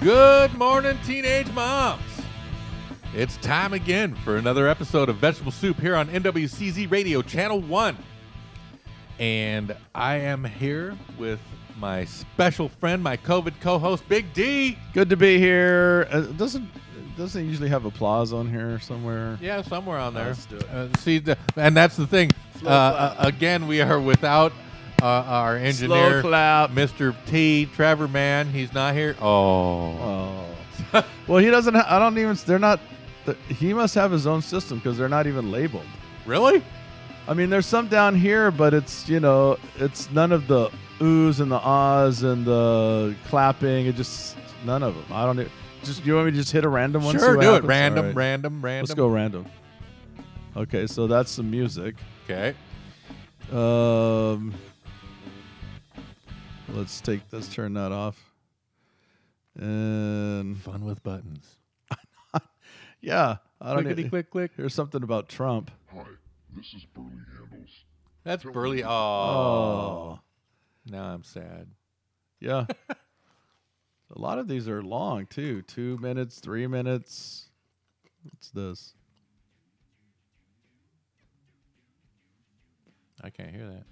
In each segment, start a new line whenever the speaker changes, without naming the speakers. Good morning, teenage moms. It's time again for another episode of Vegetable Soup here on NWCZ Radio Channel 1. And I am here with my special friend, my COVID co host, Big D.
Good to be here. Uh, doesn't doesn't it usually have applause on here somewhere?
Yeah, somewhere on there.
Let's do it.
Uh, see, the, and that's the thing. Uh, uh, again, we are without uh, our engineer,
clap.
Mr. T. Trevor Mann. He's not here. Oh,
Oh. well, he doesn't. Ha- I don't even. They're not. th- He must have his own system because they're not even labeled.
really?
I mean, there's some down here, but it's you know, it's none of the oohs and the ahs and the clapping. It just none of them. I don't. e- Just you want me to just hit a random one? see
Sure,
what
do it.
happens?
Random,
All right.
random, random.
Let's go random. Okay, so that's some music.
Okay.
Um, let's take let's turn that off. And
Fun with buttons.
yeah, I don't e-,
Clickety
know.
click click.
Here's something about Trump.
Hi, this is Burley Handles.
That's burly. Oh,
Oh,
now I'm sad.
yeah. A lot of these are long too. Two minutes, three minutes. What's this?
I can't hear that.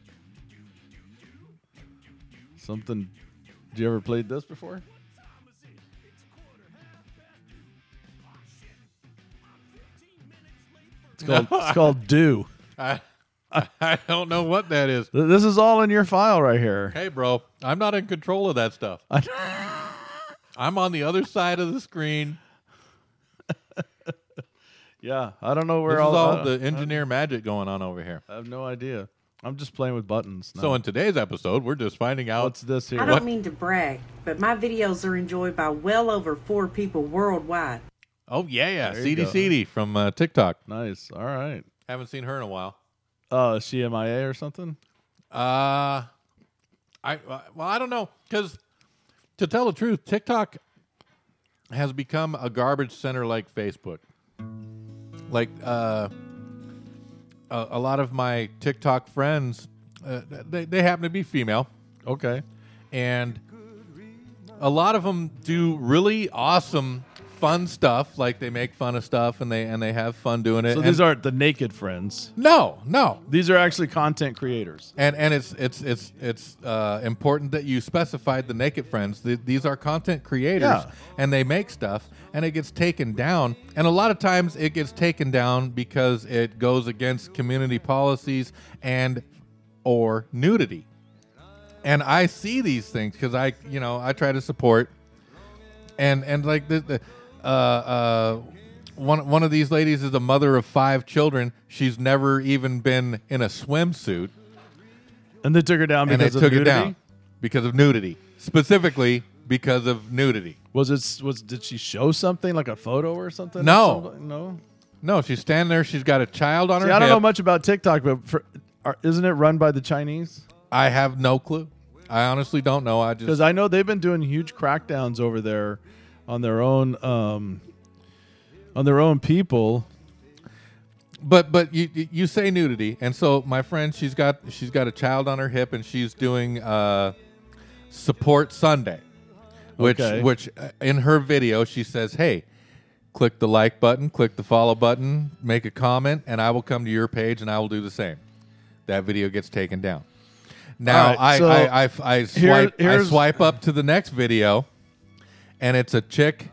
Something. Did you ever played this before? It's called, it's called Do.
I, I don't know what that is.
Th- This is all in your file right here.
Hey, bro, I'm not in control of that stuff. I'm on the other side of the screen.
Yeah, I don't know where
this
all,
is all
I-
the engineer magic going on over here.
I have no idea. I'm just playing with buttons.
So
now.
in today's episode, we're just finding out.
what's this here?
I don't mean to brag, but my videos are enjoyed by well over four people worldwide.
oh yeah,
There you
CD
go.
CD from uh, TikTok.
Nice. All right.
Haven't seen her in a while.
Uh, is she MIA or something?
Uh, I uh, well, I don't know because to tell the truth, TikTok has become a garbage center like Facebook. Like uh, a, a lot of my TikTok friends, uh, they they happen to be female,
Okay.
and a lot of them do really awesome, fun stuff. Like they make fun of stuff and they and they have fun doing it.
So these
and-
aren't the naked friends.
no, no,
These are actually content creators.
And and it's it's it's it's uh, important that you specified the naked friends. Th- these are content creators,
Yeah.
and they make stuff, and it gets taken down. And a lot of times, it gets taken down because it goes against community policies and or nudity. And I see these things because I you know I try to support, and and like the, the uh, uh, one one of these ladies is a mother of five children. She's never even been in a swimsuit
And they took her down
and
because
they
of
took it
nudity?
down because of nudity, specifically because of nudity.
Was it was did she show something like a photo or something? or
No.
something? no.
No, she's standing there. She's got a child on
See,
her.
I don't
hip.
know much about TikTok, but for, are, isn't it run by the Chinese?
I have no clue. I honestly don't know. I
because
just
I know they've been doing huge crackdowns over there on their own um, on their own people.
but but you you you say nudity, and so my friend, she's got she's got a child on her hip, and she's doing uh, support Sunday, which
Okay.
which uh, in her video she says, "Hey, click the like button, click the follow button, make a comment, and I will come to your page and I will do the same." That video gets taken down. Now
All right,
I,
so
I, I I swipe I
here's-
swipe up to the next video, and it's a chick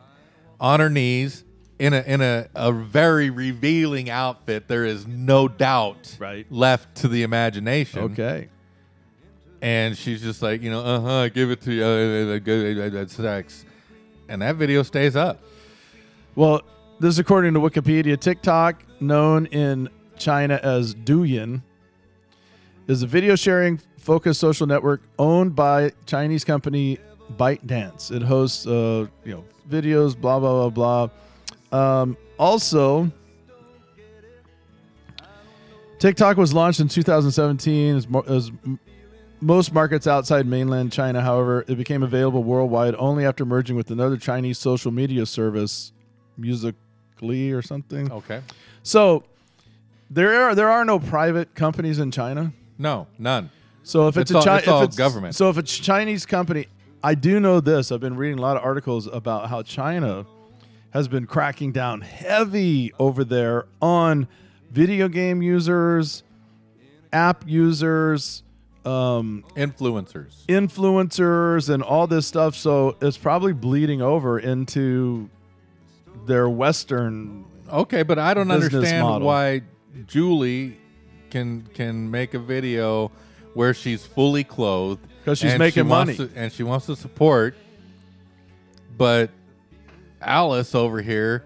on her knees in a in a, a very revealing outfit. There is no doubt
Right.
left to the imagination.
Okay,
And she's just like, you know, uh huh, give it to you, uh, uh, uh, go- uh, uh, uh, sex. And that video stays up.
well, this is according to Wikipedia. TikTok, known in China as Douyin, is a video sharing focused social network owned by Chinese company ByteDance. It hosts uh, you know videos, blah blah blah blah. Um, also. TikTok was launched in 2017 as, mo- as m- most markets outside mainland China. However, it became available worldwide only after merging with another Chinese social media service, Musically or something.
Okay.
So there are there are no private companies in China.
No, none.
So if it's,
It's all-
a Chi-
it's all
if it's
government.
So if it's Chinese company I do know this. I've been reading a lot of articles about how China has been cracking down heavy over there on video game users, app users, um,
Influencers.
influencers, and all this stuff. So it's probably bleeding over into their Western.
Okay, but I don't
Business
understand
model.
why Julie can can make a video where she's fully clothed
'Cause she's
and
making
she wants
money.
to- and she wants to support, but Alice over here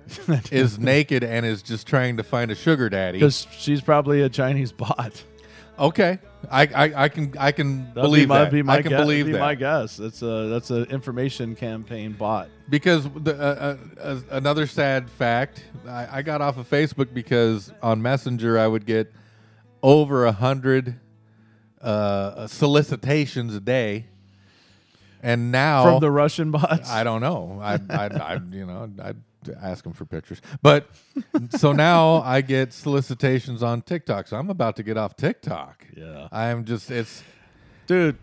is naked and is just trying to find a sugar daddy.
Because she's probably a Chinese bot.
Okay, I, I I can I can
That'd
believe
be my,
that.
Be my
I can
guess,
believe
be
that.
My guess. That's a that's an information campaign bot.
Because the, uh, uh, uh, another sad fact, I, I got off of Facebook because on Messenger I would get over a hundred uh, solicitations a day, and now
from the Russian bots.
Oh. I don't know. I, I, I you know, I'd ask them for pictures. But so now I get solicitations on TikTok. So I'm about to get off TikTok.
Yeah.
I am just. It's
dude.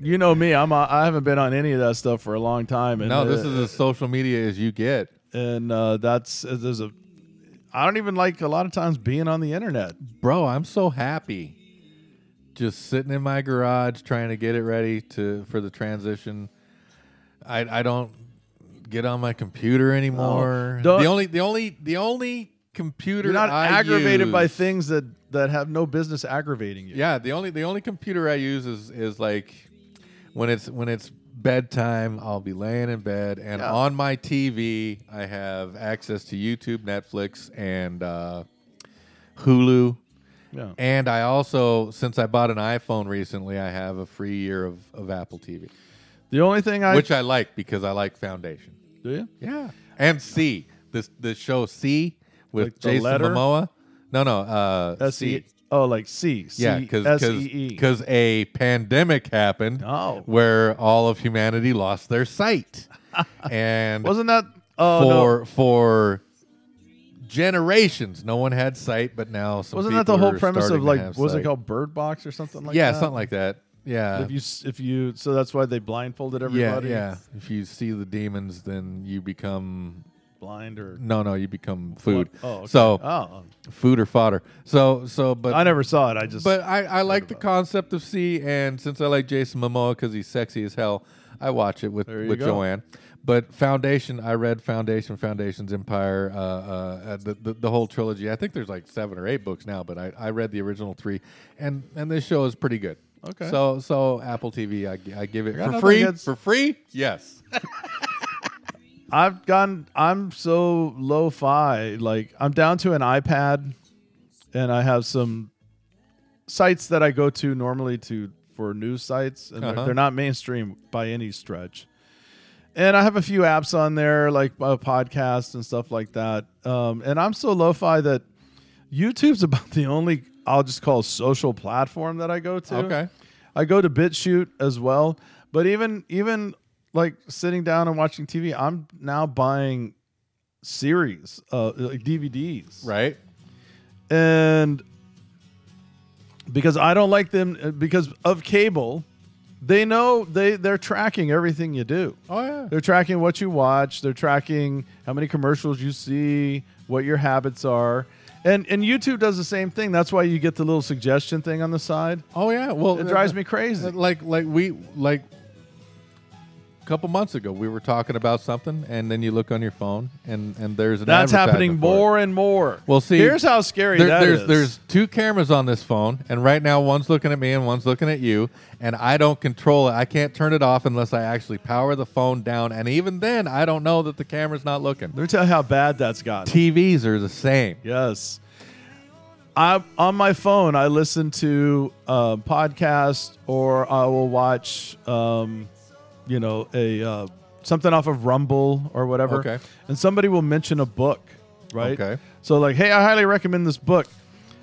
You know me. I'm. uh, I haven't been on any of that stuff for a long time. And
no. This
uh,
is as social media as you get.
and uh, that's uh, there's a. I don't even like a lot of times being on the internet.
bro i'm so happy just sitting in my garage trying to get it ready to for the transition i i don't get on my computer anymore
don't-
the only the only the only computer
You're not
I
aggravated by
use-
things that that have no business aggravating you.
yeah the only the only computer i use is is like when it's when it's bedtime i'll be laying in bed and
Yeah.
on my tv i have access to youtube netflix and uh hulu
Yeah.
and I also, since I bought an iPhone recently, I have a free year of, of Apple TV,
The only thing I
which I like because I like Foundation.
do you?
Yeah. And C, this the show C with
Like the
Jason
letter?
Momoa. No, no, uh,
S
C.
E. Oh, like C. C-
Yeah, because
S E E.
because a pandemic happened
Oh.
where all of humanity lost their sight, and
Wasn't that? Oh no.
for for generations, no one had sight, but now some
Wasn't that
people
the whole
are
premise
starting
of
to
like
have
was it
sight.
called Bird Box or something like
yeah,
that?
something like that. Yeah.
If you s- if you so that's why they blindfolded
yeah,
everybody.
yeah. If you see the demons, then you become
blind or
no, no. You become food.
Oh, okay.
so
oh,
food or fodder. So, so, but
I never saw it. I just
but I, I like the concept of C, and since I like Jason Momoa because he's sexy as hell, I watch it with
There you
with
go.
Joanne. But Foundation, I read Foundation, Foundation's Empire, uh, uh, uh, the, the the whole trilogy. I think there's like seven or eight books now, but I, I read the original three, and and this show is pretty good.
Okay.
So so Apple TV, I, gi- I give it
got
for
nothing
free.
against-
For free, yes.
I've gone. I'm so lo-fi. Like I'm down to an iPad, and I have some sites that I go to normally to for news sites, and they're-
Uh-huh.
they're not mainstream by any stretch. And I have a few apps on there, like a podcast and stuff like that. Um, and I'm so lo-fi that YouTube's about the only I'll just call social platform that I go to.
Okay.
I go to BitChute as well. But even even like sitting down and watching TV, I'm now buying series, uh, like DVDs,
Right.
and because I don't like them uh, because of cable, they know they they're tracking everything you do.
Oh yeah.
They're tracking what you watch. They're tracking how many commercials you see, what your habits are, and and YouTube does the same thing. That's why you get the little suggestion thing on the side.
Oh yeah. Well,
It drives
uh,
me crazy.
Like like we like a couple months ago we were talking about something and then you look on your phone and and there's an
That's happening
advertisement for it.
more and more.
Well, see,
here's how scary
There-
that
there's
is.
there's two cameras on this phone and right now one's looking at me and one's looking at you and I don't control it. I can't turn it off unless I actually power the phone down and even then I don't know that the camera's not looking.
Let me tell you how bad that's gotten.
TVs are the same.
Yes. I on my phone. I listen to uh, podcasts, or I will watch, um, you know, a uh, something off of Rumble or whatever.
Okay.
And somebody will mention a book, right?
Okay.
So like, hey, I highly recommend this book.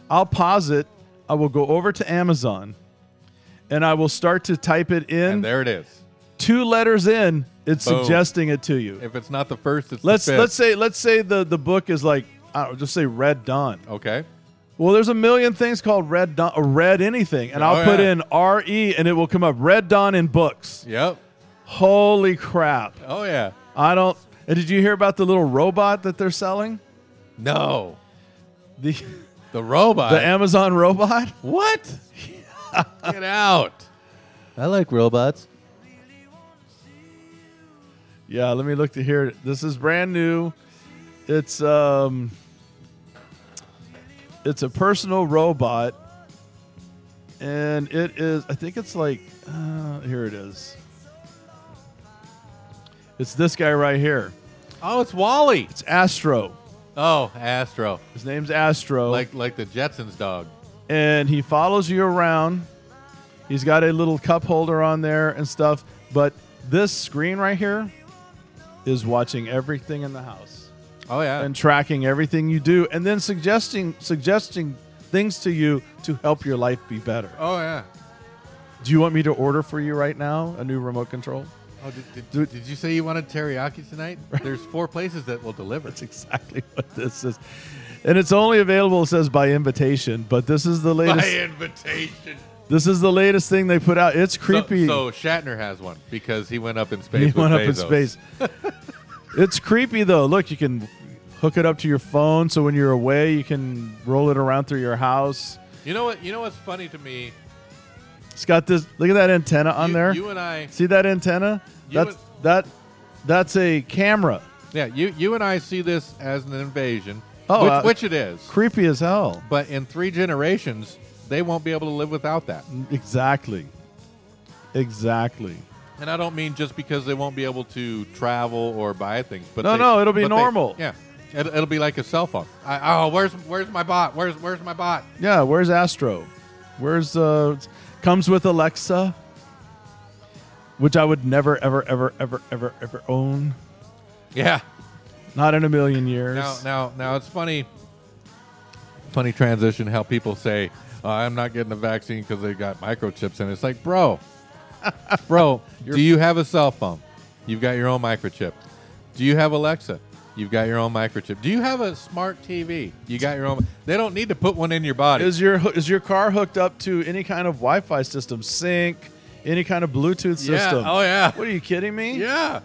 I'll pause it. I will go over to Amazon, and I will start to type it in.
And there it is.
Two letters in, it's
Boom.
suggesting it to you.
If it's not the first, it's
Let's
the 5th
let's say let's say the the book is like I don't know, just say Red Dawn.
okay.
Well, there's a million things called Red Dawn, or Red anything, and I'll
Oh,
put
yeah.
in R E, and it will come up Red Dawn in books.
Yep.
Holy crap.
Oh yeah.
I don't. And did you hear about the little robot that they're selling?
No.
The
The robot.
the Amazon robot?
what? Get out. I like robots.
Yeah, let me look to here. This is brand new. It's um it's a personal robot and it is I think it's like uh, here it is. It's this guy right here.
Oh, it's Wally.
It's Astro.
Oh, Astro.
His name's Astro.
Like like the Jetsons dog.
and he follows you around. He's got a little cup holder on there and stuff, but this screen right here is watching everything in the house
Oh yeah.
and tracking everything you do and then suggesting suggesting things to you to help your life be better.
oh yeah.
Do you want me to order for you right now a new remote control?
Oh, did, did, did you say you wanted teriyaki tonight? There's four places that will deliver.
That's exactly what this is. And it's only available it says by invitation, but this is the latest
By invitation.
this is the latest thing they put out. It's creepy.
So, so Shatner has one because he went up in space.
He
with
went up in
Bezos.
space. it's creepy though. Look, you can hook it up to your phone, so when you're away, you can roll it around through your house.
You know what? You know what's funny to me?
It's got this. Look at that antenna on
You-
there.
You and I.
See that antenna?
You
That's that. That's a camera.
Yeah. You you and I see this as an invasion.
Oh,
which,
uh,
which it is.
Creepy as hell.
But in three generations, they won't be able to live without that.
Exactly. Exactly.
And I don't mean just because they won't be able to travel or buy things, but
No,
they-
no, it'll be
but they-
normal.
yeah, it, it'll be like a cell phone. I, oh, where's where's my bot? Where's where's my bot?
Yeah. Where's Astro? Where's uh? Comes with Alexa, which I would never, ever, ever, ever, ever, ever own.
Yeah.
Not in a million years.
Now now now it's funny. Funny transition. How people say "Oh, I'm not getting a vaccine because they got microchips in it. It's like, bro, bro, do you have a cell phone? You've got your own microchip. Do you have Alexa? You've got your own microchip. Do you have a smart TV? You got your own. They don't need to put one in your body.
Is your is your car hooked up to any kind of Wi-Fi system, sync, any kind of Bluetooth
Yeah.
system?
Oh, yeah.
What are you kidding me?
Yeah.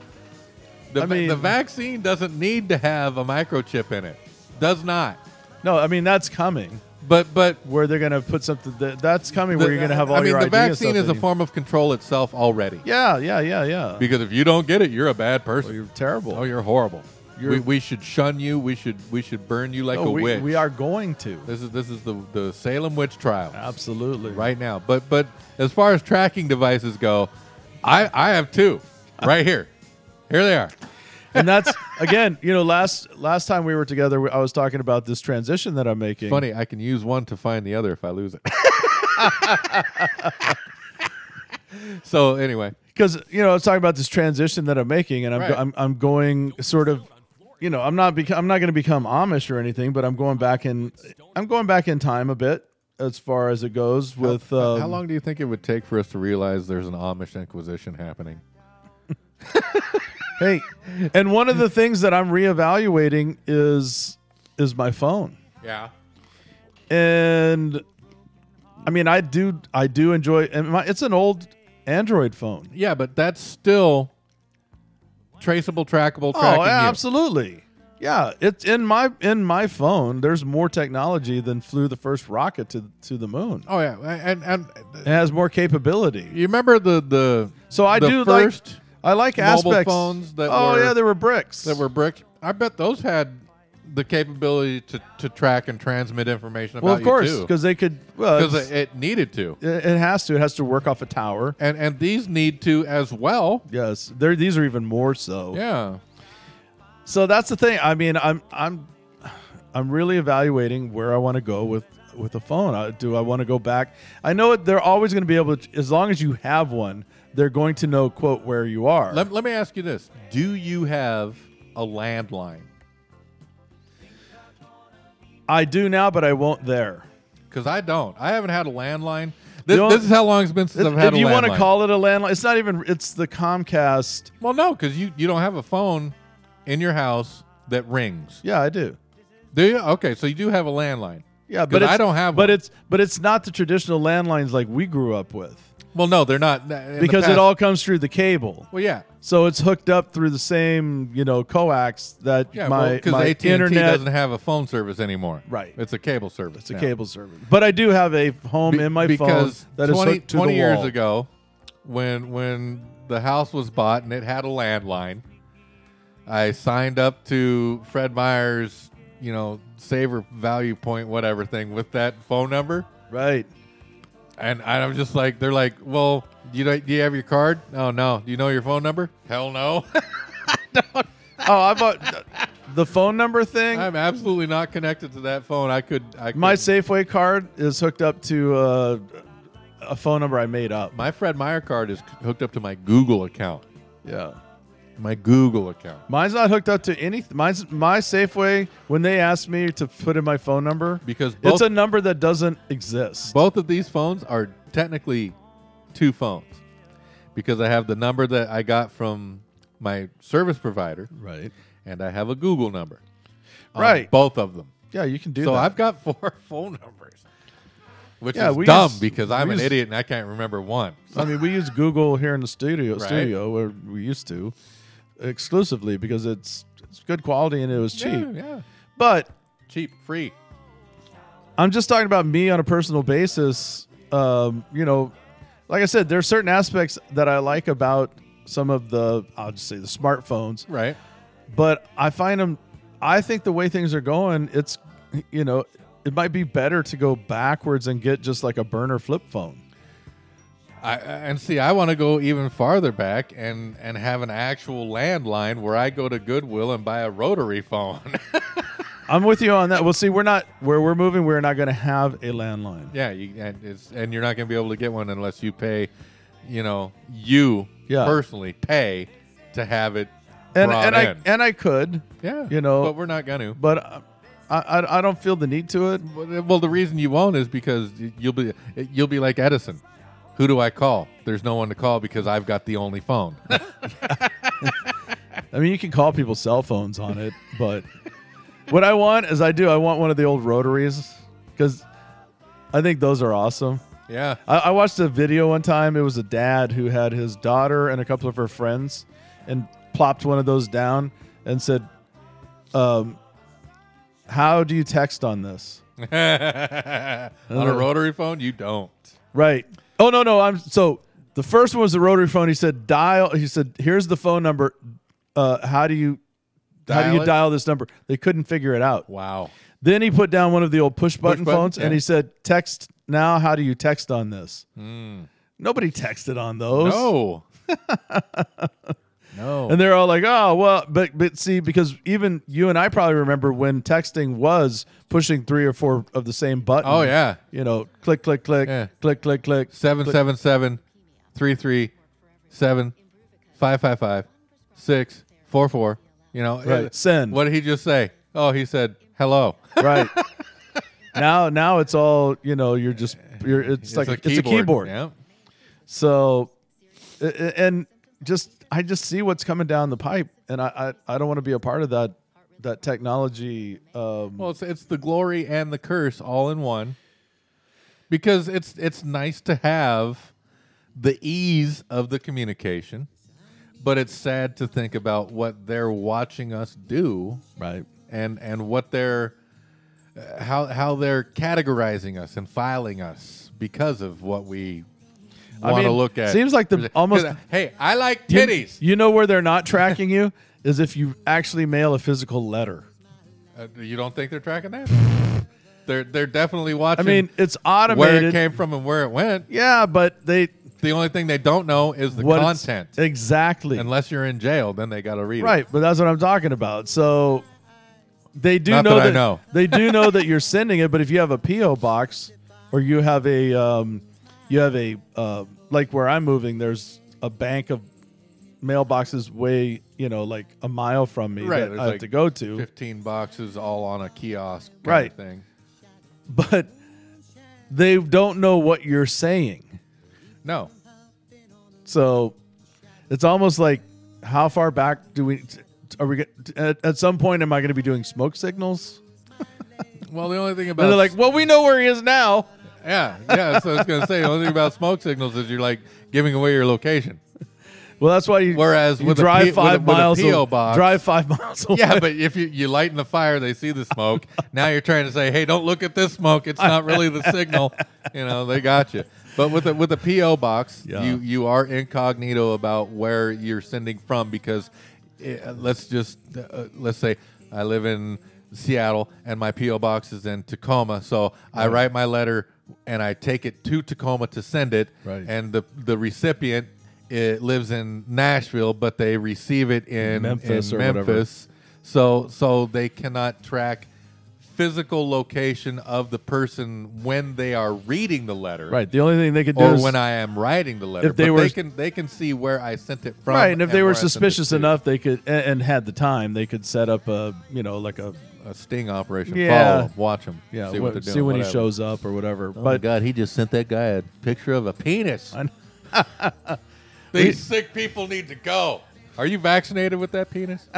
The,
I
va- the
mean-
vaccine doesn't need to have a microchip in it. Does not.
No, I mean that's coming.
But but
Where they're going to put something that, that's coming. where
the-
you're going to have all
I mean,
your
the
ID and stuff
vaccine is
in
a
you.
form of control itself already.
Yeah, yeah, yeah, yeah.
Because if you don't get it, you're a bad person.
Well, you're terrible.
oh, you're horrible.
You're-
we, we should shun you. We should we should burn you like
No,
a
we,
witch.
we are going to
This is this is the the Salem witch trial.
absolutely
right now. But but as far as tracking devices go, I I have two right here. Here they are.
and that's again. You know, last last time we were together, we- I was talking about this transition that I'm making.
Funny, I can use one to find the other if I lose it. so anyway,
because you know I was talking about this transition that I'm making, and I'm
Right.
I'm, I'm going sort of, you know, I'm not bec- I'm not going to become Amish or anything, but I'm going back in I'm going back in time a bit as far as it goes with
how-
um,
how long do you think it would take for us to realize there's an Amish Inquisition happening?
Hey, and one of the things that I'm reevaluating is is my phone,
Yeah.
and I mean I do I do enjoy and my, it's an old Android phone.
Yeah, but that's still traceable, trackable, tracking
Oh,
you.
yeah, absolutely. Yeah, it's in my in my phone. There's more technology than flew the first rocket to to the moon.
Oh yeah, and and uh,
It has more capability.
you remember the the
So I
the
do
first
like I like
mobile
aspects.
phones that
oh
were-
yeah, there were bricks.
that were brick. I bet those had the capability to, to track and transmit information about
well, of course,
you too.
because they could. Well,
because
it's-
it, it needed to,
it, it has to. It has to work off a tower.
and and these need to as well.
Yes, there. These are even more so.
Yeah.
So that's the thing. I mean, I'm I'm I'm really evaluating where I want to go with with a phone. I, do I want to go back? I know it- they're always going to be able to, as long as you have one, they're going to know quote where you are.
Let, let me ask you this: Do you have a landline?
I do now, but I won't there.
Because I don't. I haven't had a landline. This,
You know-
this is how long it's been since I've had
if
a
you
landline.
want to call it a landline, it's not even. It's the Comcast.
well, no, because you you don't have a phone in your house that rings.
Yeah, I do.
Do you? Okay, so you do have a landline.
Yeah,
'Cause
but it's,
I don't have
But
one.
it's but it's not the traditional landlines like we grew up with.
Well, no, they're not. uh, In the
because
past-
it all comes through the cable.
Well, yeah,
So it's hooked up through the same, you know, coax that
yeah.
my,
well, because
my
AT&T
internet.
doesn't have a phone service anymore.
Right.
It's a cable service.
it's a
now.
cable service, but I do have a home
Be-
in my phone
because
that is
20,
hooked to
20
the
years
wall.
ago when when the house was bought and it had a landline i signed up to fred meyer's you know saver value point whatever thing with that phone number
Right.
and I was just like they're like well you don't, do you have your card oh no do you know your phone number hell no
Oh, I bought the phone number thing.
i'm absolutely not connected to that phone i could i could,
my Safeway card is hooked up to uh, a phone number I made up.
my fred meyer card is hooked up to my google account
Yeah.
my google account
Mine's not hooked up to anything. Mine's my Safeway. When they asked me to put in my phone number,
because both
it's a number that doesn't exist.
Both of these phones are technically two phones because I have the number that I got from my service provider
Right.
and I have a Google number. on
Right.
Both of them.
Yeah, you can do
so
that.
I've got four phone numbers. Which
Yeah,
is
we
dumb
use-
because
we
I'm an
use-
idiot and I can't remember one.
I mean, we use Google here in the studio,
Right.
studio where we used to exclusively because it's it's good quality and it was cheap.
Yeah, yeah.
But
Cheap, free.
I'm just talking about me on a personal basis. Um, you know, like I said, there are certain aspects that I like about some of the I'll just say the smartphones,
Right.
but I find them. I think the way things are going, it's you know, it might be better to go backwards and get just like a burner flip phone.
I, I- and see, I want to go even farther back and, and have an actual landline where I go to Goodwill and buy a rotary phone.
I'm with you on that. Well, see, we're not where we're moving. We're not going to have a landline.
Yeah, you, and it's and you're not going to be able to get one unless you pay, you know, you
Yeah.
personally pay to have it
and
brought
and I
in.
and I could,
yeah,
you know-
but we're not going to.
but I, I I don't feel the need to it.
But- Well, the reason you won't is because you'll be you'll be like Edison. Who do I call? There's no one to call because I've got the only phone.
I mean, you can call people's cell phones on it, but what I want is I do. I want one of the old rotaries because I think those are awesome.
yeah,
I, I watched a video one time. It was a dad who had his daughter and a couple of her friends, and plopped one of those down and said, um, "How do you text on this?"
on
Uh-huh.
a rotary phone, you don't.
Right. Oh no no I'm so the first one was the rotary phone. He said dial. He said here's the phone number. Uh, how do you how do
Dial
you
it?
dial this number? They couldn't figure it out.
Wow.
Then he put down one of the old push button
button,
phones and
yeah.
he said text now. How do you text on this? Nobody texted on those.
Hmm. No. no.
And they're all like, oh well, but but see, because even you and I probably remember when texting was pushing three or four of the same button.
oh yeah.
you know, click click click,
Yeah.
click click click.
seven seven seven three three seven five five five six four four. You know,
Right.
uh,
Send.
What did he just say? Oh, he said hello.
right now now it's all you know you're just you're it's, like it's a keyboard
Yeah.
so a- a- and just i just see what's coming down the pipe and i i, I don't want to be a part of that that technology um
Well, it's it's the glory and the curse all in one. Because it's it's nice to have the ease of the communication, but it's sad to think about what they're watching us do
right
and and what they're uh, how how they're categorizing us and filing us because of what we
I
want to
mean,
look at.
seems like the-
'Cause,
almost-
uh, hey, I like
You-
titties.
you, know where they're not tracking you is if you actually mail a physical letter
Uh, you don't think they're tracking that? they're they're definitely
i
watching.
mean it's
where it
automated
came from and where it went.
yeah but they
The only thing they don't know is the
what it's-
content.
exactly
Unless you're in jail, then they got to read it.
Right, but that's what I'm talking about. So they do
Not
know
that I
that,
know.
they do know that you're sending it, but if you have a PO box or you have a um, you have a uh, like where I'm moving, there's a bank of mailboxes way you know like a mile from me
Right,
that I
there's
have
like
to go to.
Fifteen boxes all on a kiosk. Kind
Right.
Of thing.
But they don't know what you're saying,
No.
so it's almost like how far back do we? Are we get- at, at some point? Am I going to be doing smoke signals?
Well, the only thing about
And they're like, well, we know where he is now.
Yeah, yeah. So I was gonna say the only thing about smoke signals is you're like giving away your location.
Well, that's why you.
Whereas
you
with a
drive
P- with a-
five
with a
miles,
PO
a-
box.
drive five miles. Away.
Yeah, but if you, you lighten the fire, they see the smoke. now you're trying to say, hey, don't look at this smoke. It's not really the signal. You know, they got you. But with a, with a PO box,
Yeah.
you you are incognito about where you're sending from because eh, let's just uh, let's say I live in Seattle and my PO box is in Tacoma, so I write my letter and I take it to Tacoma to send it,
Right.
and the the recipient. It lives in Nashville, but they receive it in
Memphis
in
or whatever.
Memphis, so so they cannot track physical location of the person when they are reading the letter
right. The only thing they could do
or
is
when i am writing the letter
If they
but
were-
they can they can see where i sent it from
right, and if they were
where I sent it
suspicious
to.
enough, they could and, and had the time, they could set up a you know like a
a sting operation
Yeah.
follow up watch them
yeah
see
wh-
what they're doing
see when he
whatever.
shows up or whatever.
oh my
but
god he just sent that guy a picture of a penis
I know.
these sick people need to go are you vaccinated with that penis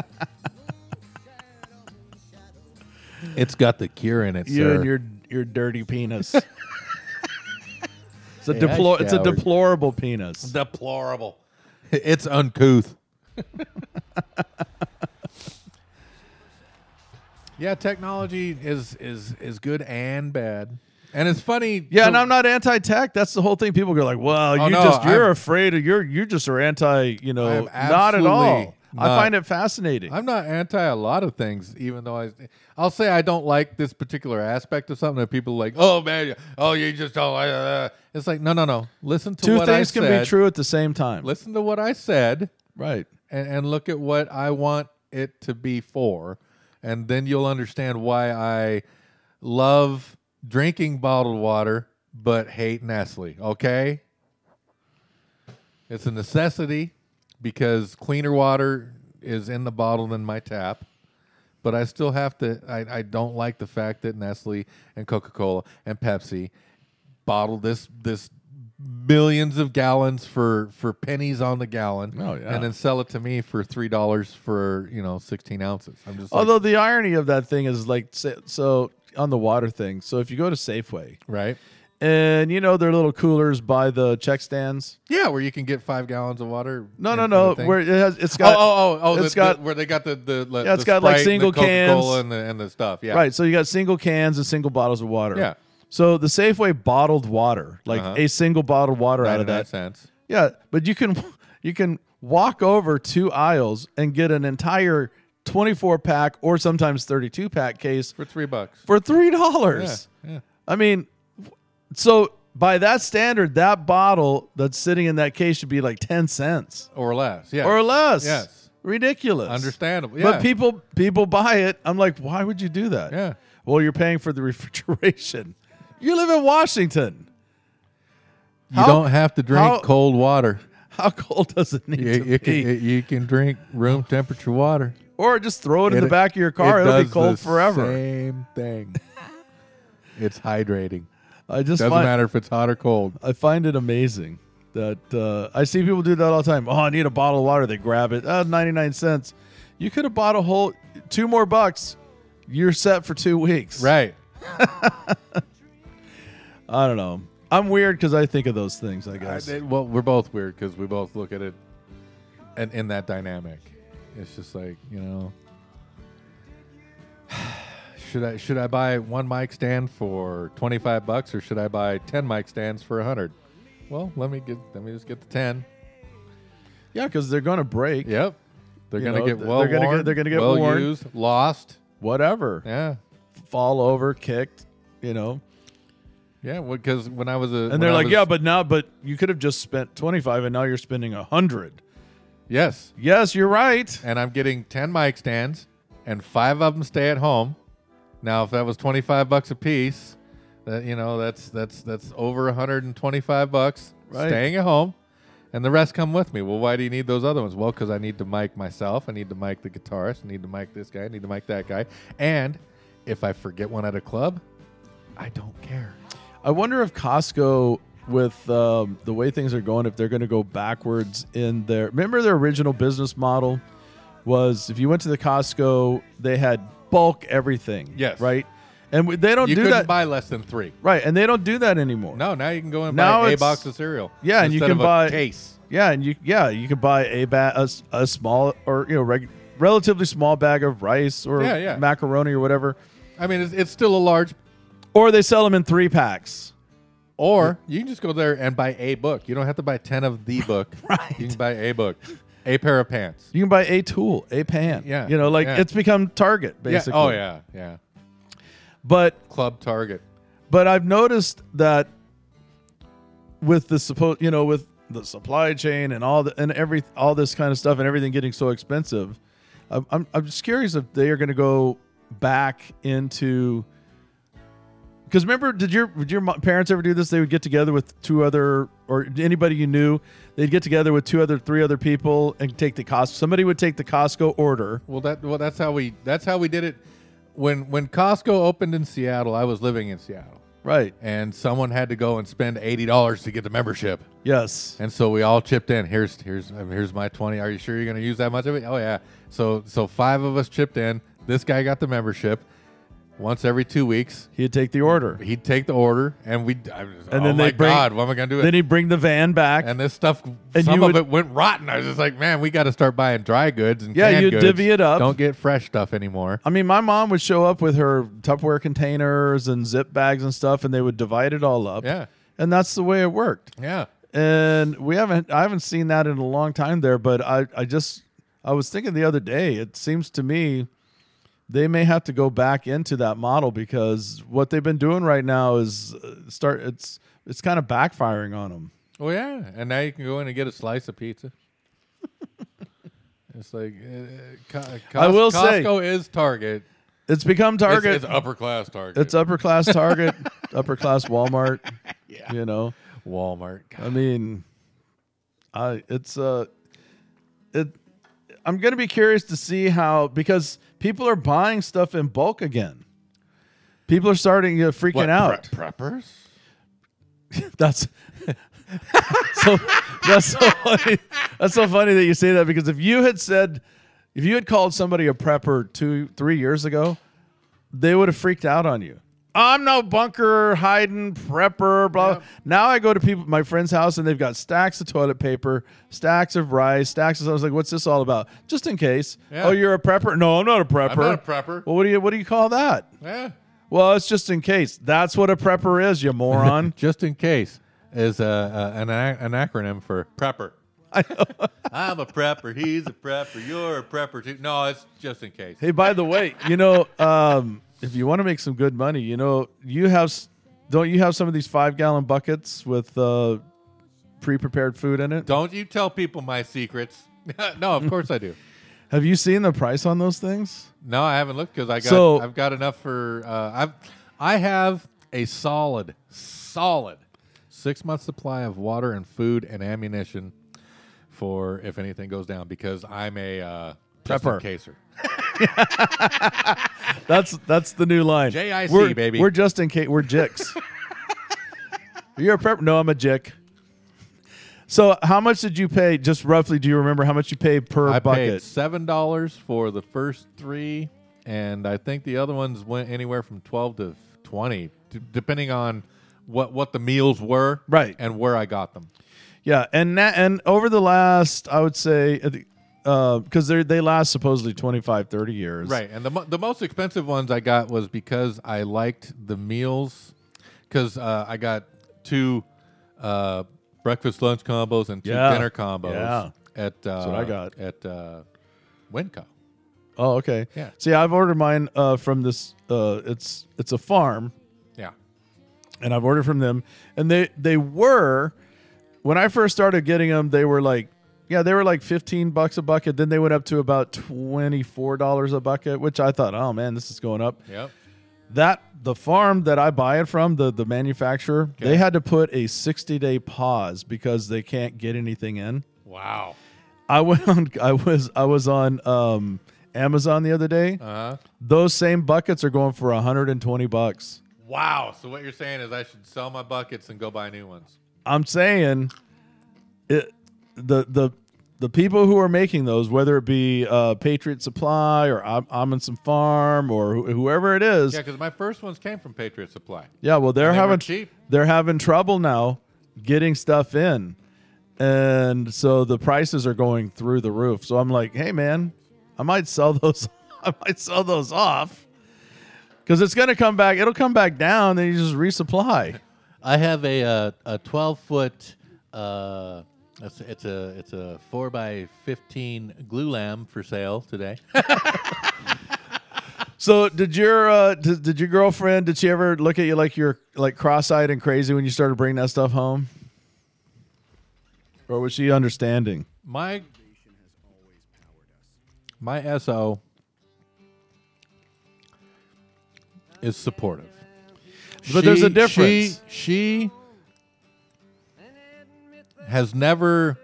it's got the cure in it
you
sir.
and your your dirty penis. it's a
Hey, I
deplor- It's a
showered.
deplorable penis.
deplorable. It's uncouth. yeah, technology is is is good and bad, and it's funny.
Yeah,
to-
and I'm not anti-tech. That's the whole thing. People go like, "Well,
Oh,
you
no,
just you're
I'm-
afraid of you're you just are anti." You
I
know,
am
not at all.
absolutely
I
not.
find it fascinating.
I'm not anti a lot of things, even though I, I'll say I don't like this particular aspect of something. That people are like, oh man, oh you just don't. like that." It's like no, no, no. Listen to
Two
what I
things can
said.
be true at the same time.
Listen to what I said.
Right.
and, and look at what I want it to be for, and then you'll understand why I love drinking bottled water but hate Nestle. Okay, it's a necessity because cleaner water is in the bottle than my tap. But I still have to. I, I don't like the fact that Nestle and Coca Cola and Pepsi bottle this this millions of gallons for for pennies on the gallon
Oh, yeah.
and then sell it to me for three dollars for you know 16 ounces i'm just like,
Although the irony of that thing is like sa- so on the water thing. So if you go to Safeway
right
and you know their little coolers by the check stands.
yeah where you can get five gallons of water
No,
in-
no,
in
no.
the thing.
Where it has, it's
oh
got
oh oh, oh
it's
the-
got-
the- where they got the the like,
Yeah, it's
the
got,
Sprite
like,
and the
single cans.
Coca-Cola and the and the stuff yeah
Right. So you got single cans and single bottles of water.
Yeah.
So the Safeway bottled water, like
Uh-huh.
a single bottle of water out of
99
that.
cents
Yeah, but you can you can walk over two aisles and get an entire 24 pack or sometimes 32 pack case
for three bucks
for three dollars.
yeah
I mean, so by that standard, that bottle that's sitting in that case should be like 10 cents
or less yeah
or less.
yes
Ridiculous.
understandable yeah
But people people buy it. I'm like, why would you do that?
Yeah.
Well, you're paying for the refrigeration. You live in Washington.
you
how-
don't have to drink
how-
cold water
How cold does it need
you,
to
you
be?
can, you can drink room temperature water
or just throw it in
It-
the back of your car.
it
It will be
does
cold
the
forever.
Same thing. it's hydrating.
I just
Doesn't
find,
matter if it's hot or cold.
I find it amazing that uh, I see people do that all the time. Oh, I need a bottle of water. They grab it. Oh, 99 cents. You could have bought a whole two more bucks. You're set for two weeks.
Right.
I don't know. I'm weird because I think of those things. I guess.
well, we're both weird because we both look at it, and in that dynamic, it's just like you know. Should I should I buy one mic stand for twenty five bucks or should I buy ten mic stands for hundred? Well, let me get let me just get the ten.
yeah, because they're gonna break.
Yep, they're
You
gonna
know,
get
they're
well
gonna get-
worn,
they're gonna get
well
worn.
used, lost.
Whatever.
Yeah,
Fall over, kicked. You know.
Yeah, because when I was a
And they're like, yeah, but now, but you could have just spent 25, and now you're spending a hundred.
yes,
Yes, you're right.
and I'm getting ten mic stands, and five of them stay at home. Now, if that was twenty five bucks a piece, that you know that's that's that's over hundred and twenty five bucks
Right.
staying at home, and the rest come with me. Well, why do you need those other ones? Well, because I need to mic myself, I need to mic the guitarist, I need to mic this guy, I need to mic that guy, and if I forget one at a club, I don't care.
I wonder if Costco, with um, the way things are going, if they're going to go backwards in their. Remember their original business model was if you went to the Costco, they had bulk everything.
Yes.
Right. And we, they don't
You
do
couldn't
that.
buy less than three.
right. And they don't do that anymore.
No, now you can go and
Now
buy a
it's-
box of cereal.
Yeah, and you
instead
can
of a
buy-
case.
Yeah, and you yeah you could buy a ba- a, s- a small or you know reg- relatively small bag of rice or
Yeah, yeah.
macaroni or whatever,
I mean, it's, it's still a large.
or they sell them in three packs.
Or you can just go there and buy a book. You don't have to buy ten of the book.
Right.
You can buy a book, a pair of pants.
You can buy a tool, a pan.
Yeah,
you know, like
yeah.
it's become Target
Yeah.
basically.
Oh yeah. Yeah.
but
Club Target.
but I've noticed that with the suppo- you know with the supply chain and all the and every all this kind of stuff and everything getting so expensive, I'm I'm, I'm just curious if they are going to go back into because remember did your did your mo- parents ever do this? They would get together with two other or anybody you knew. They'd get together with two other three other people and take the cost. Somebody would take the Costco order.
Well, that well that's how we that's how we did it. When when Costco opened in Seattle, I was living in Seattle,
Right.
and someone had to go and spend eighty dollars to get the membership,
Yes.
and so we all chipped in. Here's here's um, here's my twenty. Are you sure you're going to use that much of it? Oh yeah. So so five of us chipped in. This guy got the membership. Once every two weeks,
He'd take the order.
he'd take the order, and we. I was,
And
oh
then
my
they'd bring-
God, what am I going to do?
Then he'd bring the van back.
and this stuff,
And
some
you
of
would-
it went rotten. I was just like, man, we got to start buying dry goods and
Yeah,
canned
you
goods.
divvy it up.
Don't get fresh stuff anymore.
I mean, my mom would show up with her Tupperware containers and zip bags and stuff, and they would divide it all up.
Yeah.
and that's the way it worked.
Yeah.
And we haven't, I haven't seen that in a long time there. But I, I just, I was thinking the other day, it seems to me they may have to go back into that model because what they've been doing right now is uh, start. It's, it's kind of backfiring on them.
Oh yeah. And now you can go in and get a slice of pizza. it's like uh, Co-
I
Cos-
will say-
Costco is Target.
It's become
It's,
Target.
it's upper class Target.
it's upper class Target, upper class Walmart.
Yeah.
You know.
Walmart. God.
I mean, I it's uh it I'm going to be curious to see how because people are buying stuff in bulk again. People are starting to freaking
What,
out.
pre- preppers?
That's so that's so funny. That's so funny that you say that because if you had said if you had called somebody a prepper 2 3 years ago, they would have freaked out on you. I'm no bunker hiding prepper blah.
Yep.
Now I go to people my friend's house and they've got stacks of toilet paper, stacks of rice, stacks of I was like what's this all about? Just in case.
Yeah.
Oh, you're a prepper? No, I'm not a prepper.
not a prepper.
Well, what do you what do you call that?
Yeah.
Well, it's just in case. That's what a prepper is, you moron.
Just in case is uh, uh, an, ac- an acronym for prepper. I know. I'm a prepper. He's a prepper. You're a prepper too. No, it's just in case.
Hey, by the way, you know, um, if you want to make some good money, you know, you have, s- don't you have some of these five gallon buckets with uh, pre prepared food in it?
Don't you tell people my secrets. no, of course I do.
Have you seen the price on those things?
No, I haven't looked because I got
So-
I've got enough for uh, I've I have a solid solid six month supply of water and food and ammunition for if anything goes down because I'm a uh, just in
Prepper.
caser.
That's that's the new line.
JIC,
We're-
baby.
We're just in case we're jicks. You're a prep? No, I'm a jick. So, how much did you pay? Just roughly, do you remember how much you paid per
I paid
bucket?
seven dollars for the first three, and I think the other ones went anywhere from twelve to twenty, d- depending on what what the meals were,
Right.
and where I got them.
Yeah, and that, and over the last, I would say, because they they last supposedly 25, 30 years.
Right, and the mo- the most expensive ones I got was because I liked the meals, because uh, I got two uh, breakfast lunch combos and two
Yeah.
dinner combos
Yeah.
at uh, That's
what I got.
at uh, Winco.
Oh, okay.
Yeah.
See, I've ordered mine uh, from this. Uh, it's it's a farm,
Yeah,
and I've ordered from them, and they they were when I first started getting them, they were like. Yeah, they were like fifteen bucks a bucket. Then they went up to about twenty four dollars a bucket, which I thought, oh man, this is going up.
yep.
That the farm that I buy it from, the the manufacturer, they
Okay.
had to put a sixty day pause because they can't get anything in.
Wow.
I went on. I was I was on um, Amazon the other day.
Uh huh.
those same buckets are going for 120 bucks.
Wow. So what you're saying is I should sell my buckets and go buy new ones.
I'm saying it the the the people who are making those, whether it be uh, Patriot Supply or Am- Amundsen Farm or wh- whoever it is,
Yeah,
yeah,
because my first ones came from Patriot Supply.
well, they're
And they were
having
cheap.
they're having trouble now getting stuff in, and so the prices are going through the roof. So I'm like, hey man, I might sell those. I might sell those off because it's gonna come back. It'll come back down. Then you just resupply.
I have a uh, a twelve foot. Uh, it's, it's a it's a four by fifteen glue lamb for sale today.
So did your uh, did, did your girlfriend did she ever look at you like you're like cross-eyed and crazy when you started bringing that stuff home? Or was she understanding?
My my SO is supportive.
But there's a difference.
She, she has never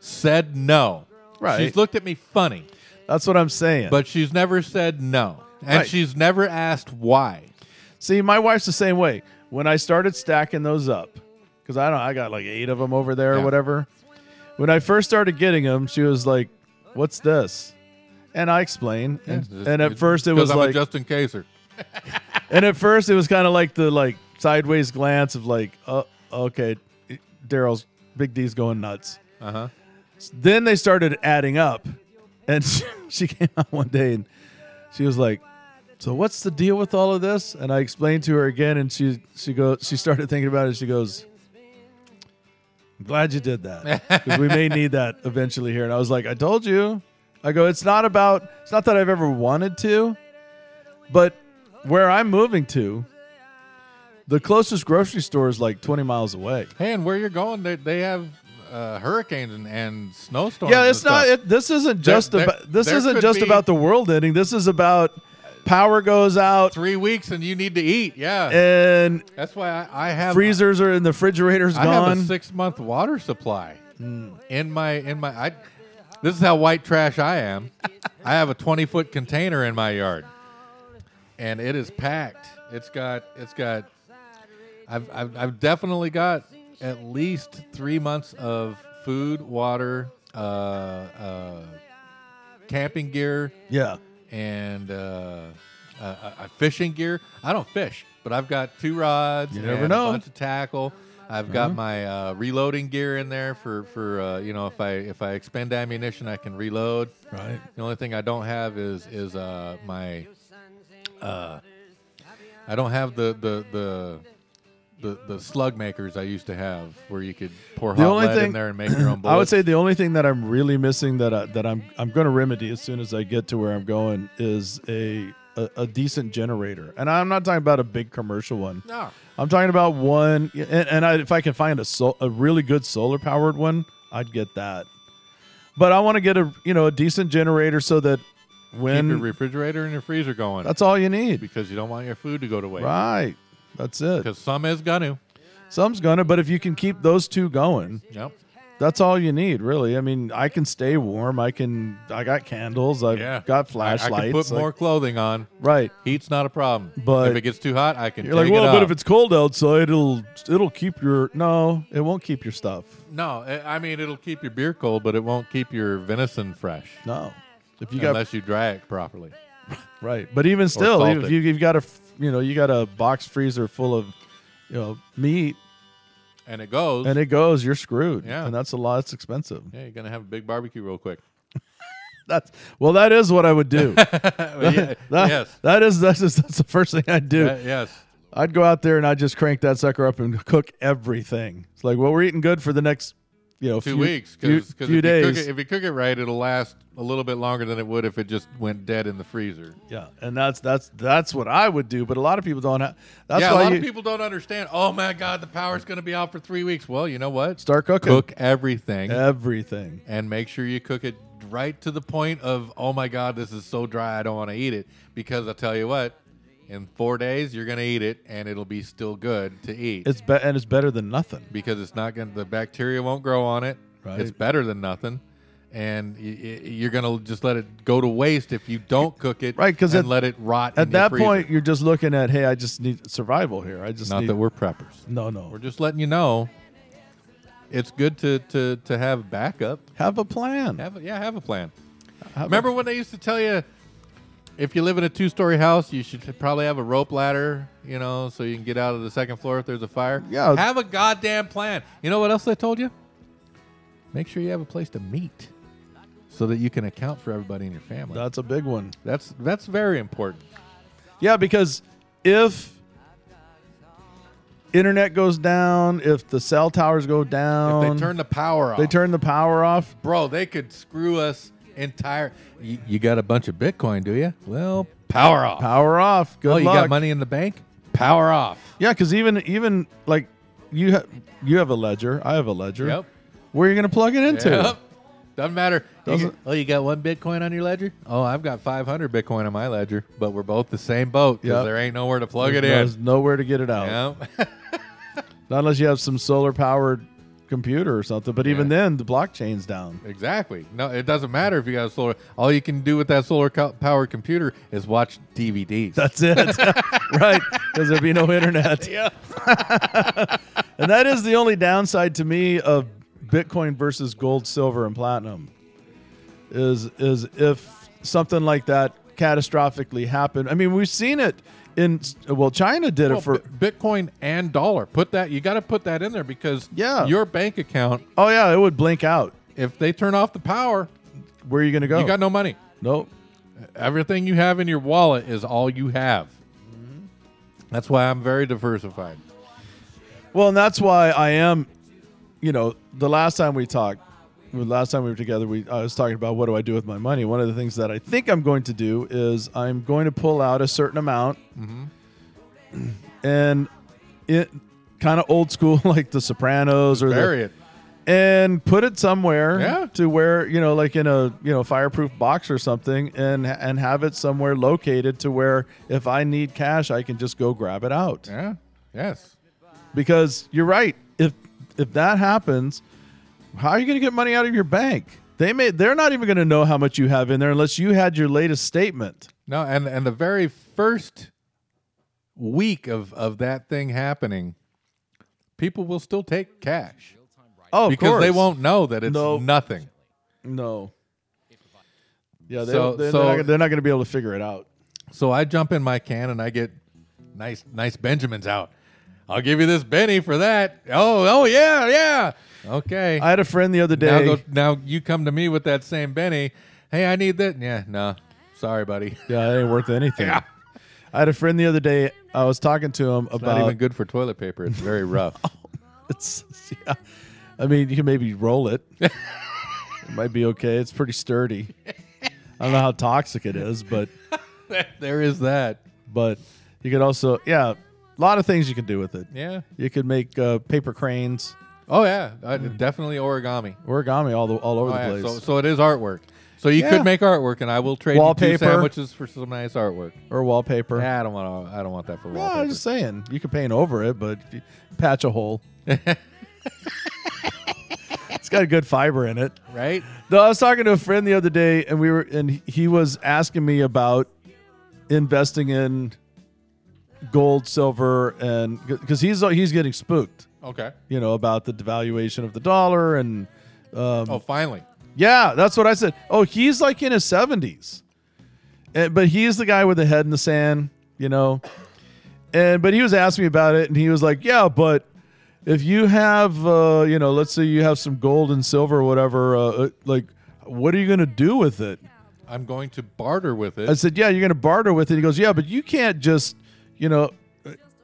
said no.
Right.
She's looked at me funny,
That's what I'm saying.
but she's never said no. And
Right.
she's never asked why.
see, my wife's the same way. When I started stacking those up, because I don't I got like eight of them over there
Yeah.
or whatever. When I first started getting them, she was like, "What's this?" And I explained, and, and at first it
'Cause
was
I'm
like
a Justin Caser.
And at first, it was kind of like the like sideways glance of like, oh, okay, Daryl's Big D's going nuts.
Uh huh.
Then they started adding up, and she, she came out one day and she was like, "So what's the deal with all of this?" And I explained to her again, and she she goes, she started thinking about it. She goes, "I'm glad you did that because we may need that eventually here." And I was like, "I told you." I go, "It's not about. It's not that I've ever wanted to, but where I'm moving to." The closest grocery store is like 20 miles away.
Hey, and where you're going, they, they have uh, hurricanes and, and snowstorms.
Yeah,
and
it's not.
stuff.
It, this isn't
There-
just
there-
about. This
there
isn't
could
just
be-
about the world ending. This is about power goes out
Three weeks and you need to eat. Yeah.
and
That's why I, I have
Eh, freezers are in the refrigerators
I have a
gone.
six month water supply in my in my. I, this is how white trash I am. I have a twenty foot container in my yard, and it is packed. It's got it's got. I've I've, I've definitely got at least three months of food, water, uh, uh, camping gear,
Yeah,
and uh, uh, uh, fishing gear. I don't fish, but I've got two rods.
You never
and
know. Uh-huh.
A bunch of tackle. I've got my uh, reloading gear in there for for uh, you know if I if I expend ammunition, I can reload.
right.
The only thing I don't have is is uh, my. Uh, I don't have the the the. The, the slug makers I used to have, where you could pour
The
hot
only
lead
thing-
in there and make your own bullets.
I would say the only thing that I'm really missing that I, that I'm I'm going to remedy as soon as I get to where I'm going is a, a a decent generator, and I'm not talking about a big commercial one.
no,
I'm talking about one, and, and I, if I can find a sol- a really good solar powered one, I'd get that. But I want to get a you know a decent generator so that
keep your
when
refrigerator and your freezer going
that's all you need,
because you don't want your food to go to waste.
right? That's it.
Because some is gonna.
Some's gonna, but if you can keep those two going,
Yep.
that's all you need, really. I mean, I can stay warm. I can. I got candles. I've
Yeah.
got
I-
flashlights.
I, can put
like-
more clothing on.
right.
Heat's not a problem.
But-
if it gets too hot, I can.
You're like,
take
well,
it
but
off."
if it's cold outside, it'll it'll keep your no, it won't keep your stuff.
no, eh, I I mean it'll keep your beer cold, but it won't keep your venison fresh
No, if you got
unless you dry it properly.
Right, but even still,
salt
if
it.
you, you've got a f- you know you got a box freezer full of you know meat
And it goes.
and it goes, you're screwed.
Yeah.
and that's a lot. It's expensive.
yeah, you're gonna have a big barbecue real quick.
That's well, that is what I would do. that,
Well, yeah, yes.
that is that's just, that's the first thing I'd do.
Uh, yes.
I'd go out there and I'd just crank that sucker up and cook everything. It's like, well, we're eating good for the next you know
Two
few,
weeks
few,
because if,
few
you cook
days.
it- if you cook it right, it'll last a little bit longer than it would if it just went dead in the freezer.
yeah, and that's that's that's what I would do. But a lot of people don't. Have, that's
yeah, a
why
lot
you
of people don't understand. Oh my God, the power's going to be out for three weeks. Well, you know what?
start cooking
Cook everything.
everything.
and make sure you cook it right to the point of oh my god this is so dry i don't want to eat it because i tell you what in four days you're gonna eat it and it'll be still good to eat
It's be- and it's better than nothing.
because it's not gonna the bacteria won't grow on it
Right.
it's better than nothing and y- y- you're gonna just let it go to waste if you don't cook it
Right, 'cause
and
at-
let it rot
At
in your
that
freezer.
point, you're just looking at, hey, I just need survival here. I just
not
need.
that we're preppers
no,
we're
no.
just letting you know it's good to to to have backup.
Have a plan.
Have a, yeah, have a plan.
Have a-
Remember when they used to tell you if you live in a two story house, you should probably have a rope ladder, you know, so you can get out of the second floor if there's a fire?
Yeah.
Have a goddamn plan. You know what else they told you? Make sure you have a place to meet so that you can account for everybody in your family.
That's a big one.
that's that's very important.
Yeah, because if internet goes down, if the cell towers go down,
if they turn the power off.
Um, they turn the power off.
Bro, they could screw us entire you, you got a bunch of Bitcoin, do you? Well, power off.
Power off. Good
oh, you got
luck.
money in the bank? Power off.
Yeah, because even even like you ha- you have a ledger. I have a ledger.
Yep.
Where are you going to plug it into?
Yep. Doesn't matter. You
Doesn't-
get- oh, you got one Bitcoin on your ledger? Oh, I've got 500 Bitcoin on my ledger, but we're both the same boat because
Yep.
there ain't nowhere to plug it
There's
in.
nowhere to get it out.
Yeah.
Not unless you have some solar powered computer or something. But even then, the blockchain's down.
exactly. No, it doesn't matter if you got a solar. All you can do with that solar co- powered computer is watch DVDs.
That's it. right. Because there'd be no internet. Yeah. and that is the only downside to me of Bitcoin versus gold, silver, and platinum. Is is if something like that catastrophically happened. I mean, we've seen it in well, China did
Well,
it for
Bi- Bitcoin and dollar. Put that. You got to put that in there because
Yeah.
your bank account.
Oh yeah, it would blink out.
If they turn off the power,
Where are you going to go?
you got no money.
nope.
Everything you have in your wallet is all you have.
Mm-hmm.
That's why I'm very diversified.
Well, and that's why I am. You know, the last time we talked, the last time we were together, we I was talking about what do I do with my money. One of the things that I think I'm going to do is I'm going to pull out a certain amount,
Mm-hmm.
and it kind of old school like The Sopranos or the-
Bury it.
and put it somewhere
Yeah.
to where you know like in a you know fireproof box or something and and have it somewhere located to where if i need cash i can just go grab it out
Yeah. Yes.
because you're right. If if that happens, how are you going to get money out of your bank? They may they're not even going to know how much you have in there unless you had your latest statement.
No, and and the very first week of of that thing happening, people will still take cash
Oh, of
because
course.
they won't know that it's
No.
nothing.
No. Yeah, they,
So-
they're,
so-
not, gonna- they're not going to be able to figure it out.
So I jump in my can and I get nice nice Benjamins out. I'll give you this Benny for that. Oh, oh yeah, yeah. Okay.
I had a friend the other
now
day.
go, now you come to me with that same Benny. Hey, I need that. Yeah, no. Sorry, buddy.
yeah, it ain't worth anything. I had a friend the other day. I was talking to him
Not
about
even good for toilet paper. It's very rough.
It's yeah. I mean, you can maybe roll it. it might be okay. It's pretty sturdy. I don't know how toxic it is, but
there is that.
but you could also yeah, a lot of things you can do with it.
Yeah.
You could make uh, paper cranes,
Oh yeah, uh, definitely origami.
origami all Hmm. the, all over
Oh, yeah.
the place,
So, so it is artwork. So you
Yeah.
could make artwork, and I will trade you
Wallpaper.
two sandwiches for some nice artwork.
or wallpaper.
Yeah, I don't want. I don't want that for
no,
wallpaper.
I'm just saying you could paint over it, but if you patch a hole. it's got good fiber in it.
Right?
No, I was talking to a friend the other day, and we were, and he was asking me about investing in gold, silver, and because he's he's getting spooked,
Okay.
you know, about the devaluation of the dollar, and Um,
Oh, finally.
yeah, that's what I said. Oh, he's like in his seventies, Eh, but he's the guy with the head in the sand, you know. And but he was asking me about it, and he was like, "Yeah, but if you have, uh, you know, let's say you have some gold and silver or whatever, uh, uh, like, what are you going to do with it?"
I'm going to barter with it.
I said, "Yeah, you're going to barter with it." He goes, "Yeah, but you can't just, you know,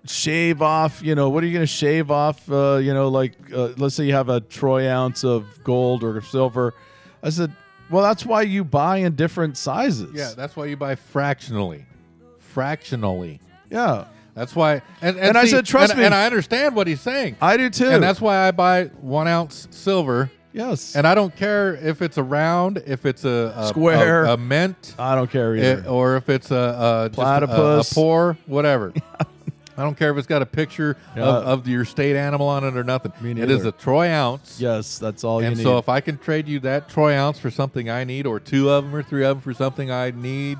shave off. You know, what are you going to shave off? Uh, you know, like uh, let's say you have a troy ounce of gold or silver." I said, "Well, that's why you buy in different sizes."
yeah, that's why you buy fractionally. Fractionally.
yeah,
That's why. And, and,
And I
see-
said, "Trust
and-
me."
And I understand what he's saying.
I do too.
and that's why I buy one ounce silver,
yes,
and I don't care if it's a round, if it's a, a
Square.
a, a mint,
I don't care either.
it, or if it's a, a just a-
Platypus.
a, pour, whatever. I don't care if it's got a picture
Yeah.
of, of your state animal on it or nothing.
Me
it is
neither.
a troy ounce.
yes, that's all you
And
need.
so, if I can trade you that troy ounce for something I need, or two of them, or three of them for something I need,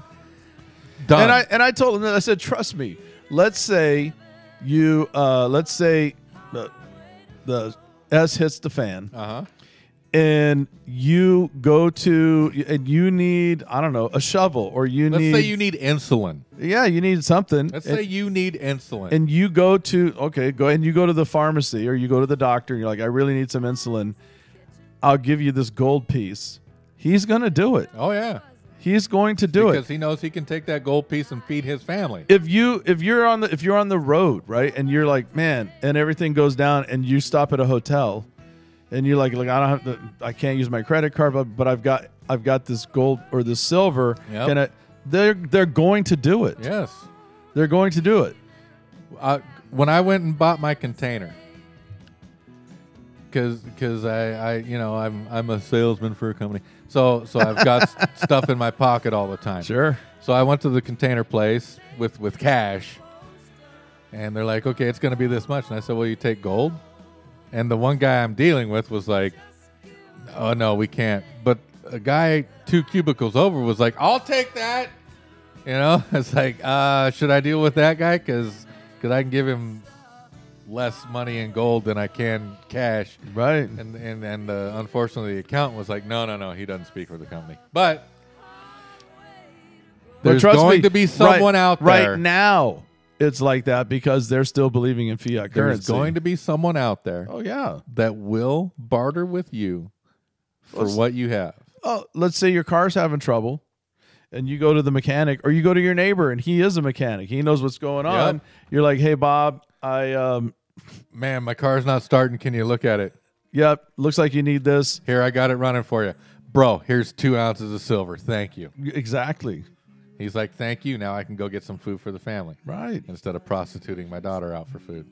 done.
and I and I told him that I said, trust me. Let's say you, uh, let's say the, the S hits the fan,
Uh huh.
and you go to and you need I don't know a shovel or you
Let's
need
say you need insulin.
yeah you need something.
Let's
and,
say you need insulin.
and you go to okay go and you go to the pharmacy or you go to the doctor and you're like I really need some insulin. I'll give you this gold piece. He's gonna do it.
oh yeah,
He's going to do it.
because he knows he can take that gold piece and feed his family.
if you if you're on the if you're on the road right and you're like man and everything goes down and you stop at a hotel and you're like look I don't have the, I can't use my credit card but, but I've got I've got this gold or this silver
Yep.
and they're they're going to do it
yes.
they're going to do it
I, when I went and bought my container, because I, I you know I'm I'm a salesman for a company, so so I've got s- stuff in my pocket all the time.
sure
So I went to the container place with with cash, and they're like, "Okay, it's going to be this much." And I said, "Well, you take gold." And the one guy I'm dealing with was like, "Oh no, we can't." But a guy two cubicles over was like, "I'll take that." You know, it's like, uh, should I deal with that guy? Because I can give him less money in gold than I can cash.
right
And and and uh, unfortunately, the accountant was like, "No, no, no, he doesn't speak for the company." But
But
there's
trust
going
me,
to be
right-
someone out there.
right now it's like that because they're still believing in fiat currency
There's going to be someone out there
oh yeah
that will barter with you for
Let's-
what you have.
oh, let's say your car's having trouble and you go to the mechanic or you go to your neighbor and he is a mechanic. He knows what's going on. You're like, "Hey Bob, I um
Man, my car's not starting. Can you look at it?
yep, looks like you need this."
Here, I got it running for you. Bro, here's two ounces of silver. Thank you.
Exactly.
He's like, thank you. Now I can go get some food for the family
Right.
instead of prostituting my daughter out for food.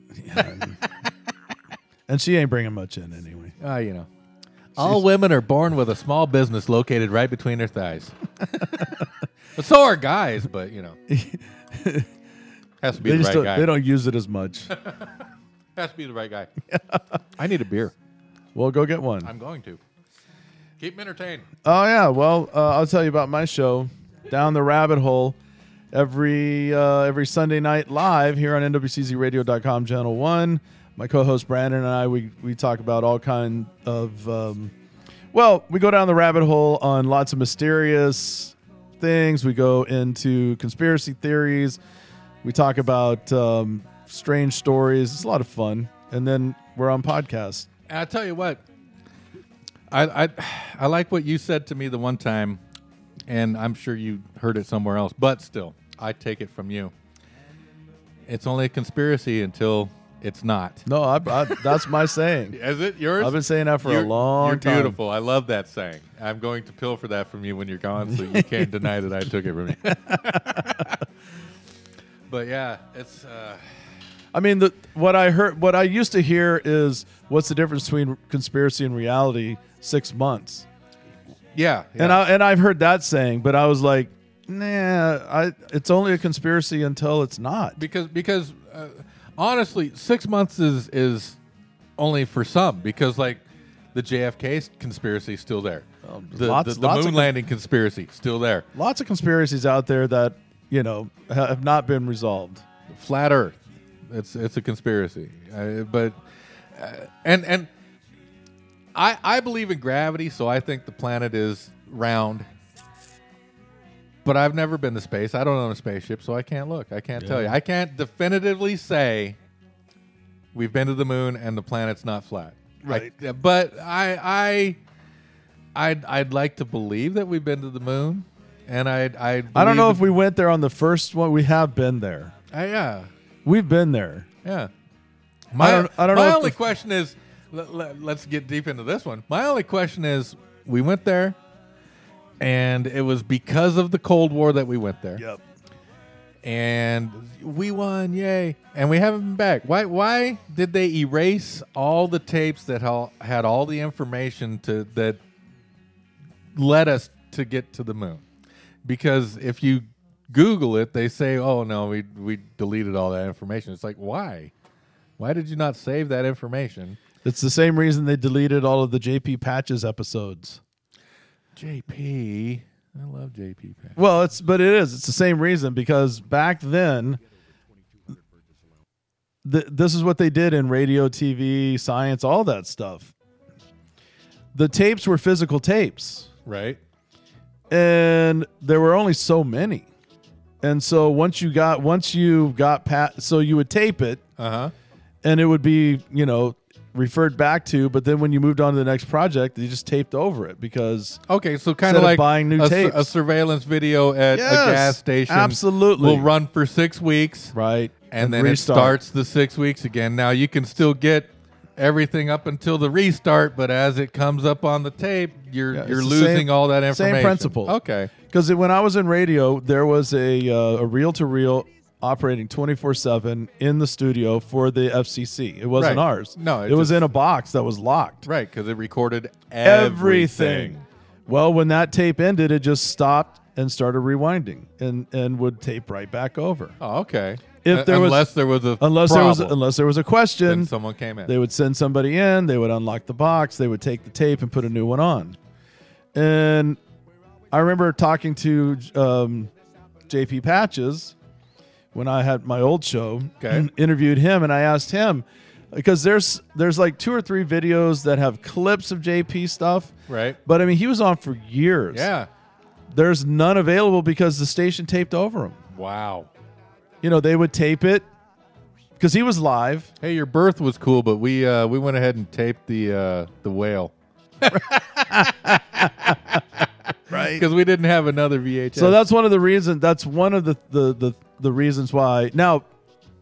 And she ain't bringing much in anyway.
Ah, you know. All women are born with a small business located right between their thighs. but so are guys, but you know. Has to be the
They just
right
don't,
guy.
they don't use it as much.
Has to be the right guy. I need a beer.
well, go get one.
I'm going to. Keep them entertained.
Oh yeah. Well, uh, I'll tell you about my show, Down the Rabbit Hole, every uh, every Sunday night live here on NWCZRadio.com channel one. My co-host Brandon and I we we talk about all kind of um, well, we go down the rabbit hole on lots of mysterious things. We go into conspiracy theories. We talk about um, strange stories. It's a lot of fun. And then we're on podcasts.
And I tell you what, I, I I like what you said to me the one time, and I'm sure you heard it somewhere else, but still, I take it from you. It's only a conspiracy until it's not.
No, I, I, that's my saying.
Is it yours?
I've been saying that for a
You're-
long
you're
time.
beautiful. I love that saying. I'm going to pill for that from you when you're gone, so you can't deny that I took it from you. but yeah, it's uh,
I mean, the, what I heard, what I used to hear is, what's the difference between conspiracy and reality? Six months,
yeah,
and
yeah.
I and I've heard that saying, but I was like, nah, I, it's only a conspiracy until it's not.
because because uh, honestly, six months is is only for some because like the JFK conspiracy is still there, the,
Oh, lots-
the, the
lots of
moon
con-
landing conspiracy still there,
Lots of conspiracies out there that you know ha- have not been resolved.
flat Earth, it's it's a conspiracy, uh, but uh, and and I I believe in gravity, so I think the planet is round. But I've never been to space. I don't own a spaceship, so I can't look. I can't tell you. I can't definitively say we've been to the moon and the planet's not flat.
Right.
I- but I I I'd, I'd like to believe that we've been to the moon, and I I
I don't know if we went there on the first one. We have been there.
yeah
We've been there.
yeah. My,
don't- I don't
my
know if
only
the-
question is, let, us get deep into this one. My only question is, we went there, and it was because of the Cold War that we went there,
Yep.
and we won, yay! And we haven't been back. Why? Why did they erase all the tapes that all, had all the information to that led us to get to the moon? Because if you Google it, they say, "Oh no, we we deleted all that information." It's like, why? Why did you not save that information?
It's the same reason they deleted all of the JP Patches episodes.
JP. I love JP. Pat.
Well, it's but it is. It's the same reason because back then th- this is what they did in radio, TV, science, all that stuff. The tapes were physical tapes,
right?
and there were only so many. And so once you got once you got pat, so you would tape it,
Uh huh.
and it would be you know referred back to. But then when you moved on to the next project, you just taped over it because
Okay, so kind
Instead of
like
buying new
a, sur-
tapes.
a surveillance video at
Yes,
a gas station.
absolutely.
will run for six weeks,
right
and then it starts the six weeks again. Now you can still get everything up until the restart, but as it comes up on the tape, you're
Yeah, it's
you're
the
losing
same-
all that
same
information.
principle.
Okay.
Because when I was in radio, there was a uh, a reel to reel operating 24 7 in the studio for the FCC. It wasn't
Right.
ours.
No,
it,
it
was
just-
in a box that was locked.
Right, because it recorded everything.
Everything. Well, when that tape ended, it just stopped and started rewinding and, and would tape right back over.
Oh, okay.
If
Un-
there was-
unless there was a
Unless there was
problem,
unless there was a
then
question,
someone came in.
they would send somebody in, they would unlock the box, they would take the tape and put a new one on. And I remember talking to um, JP Patches when I had my old show,
Okay.
interviewed him, and I asked him because there's there's like two or three videos that have clips of JP stuff.
right.
But I mean, he was on for years.
Yeah.
There's none available because the station taped over him.
Wow.
You know, they would tape it because he was live.
Hey, your birth was cool, but we uh, we went ahead and taped the uh, the whale
Right.
because we didn't have another VHS.
So that's one of the reasons. That's one of the the the, the reasons why. Now,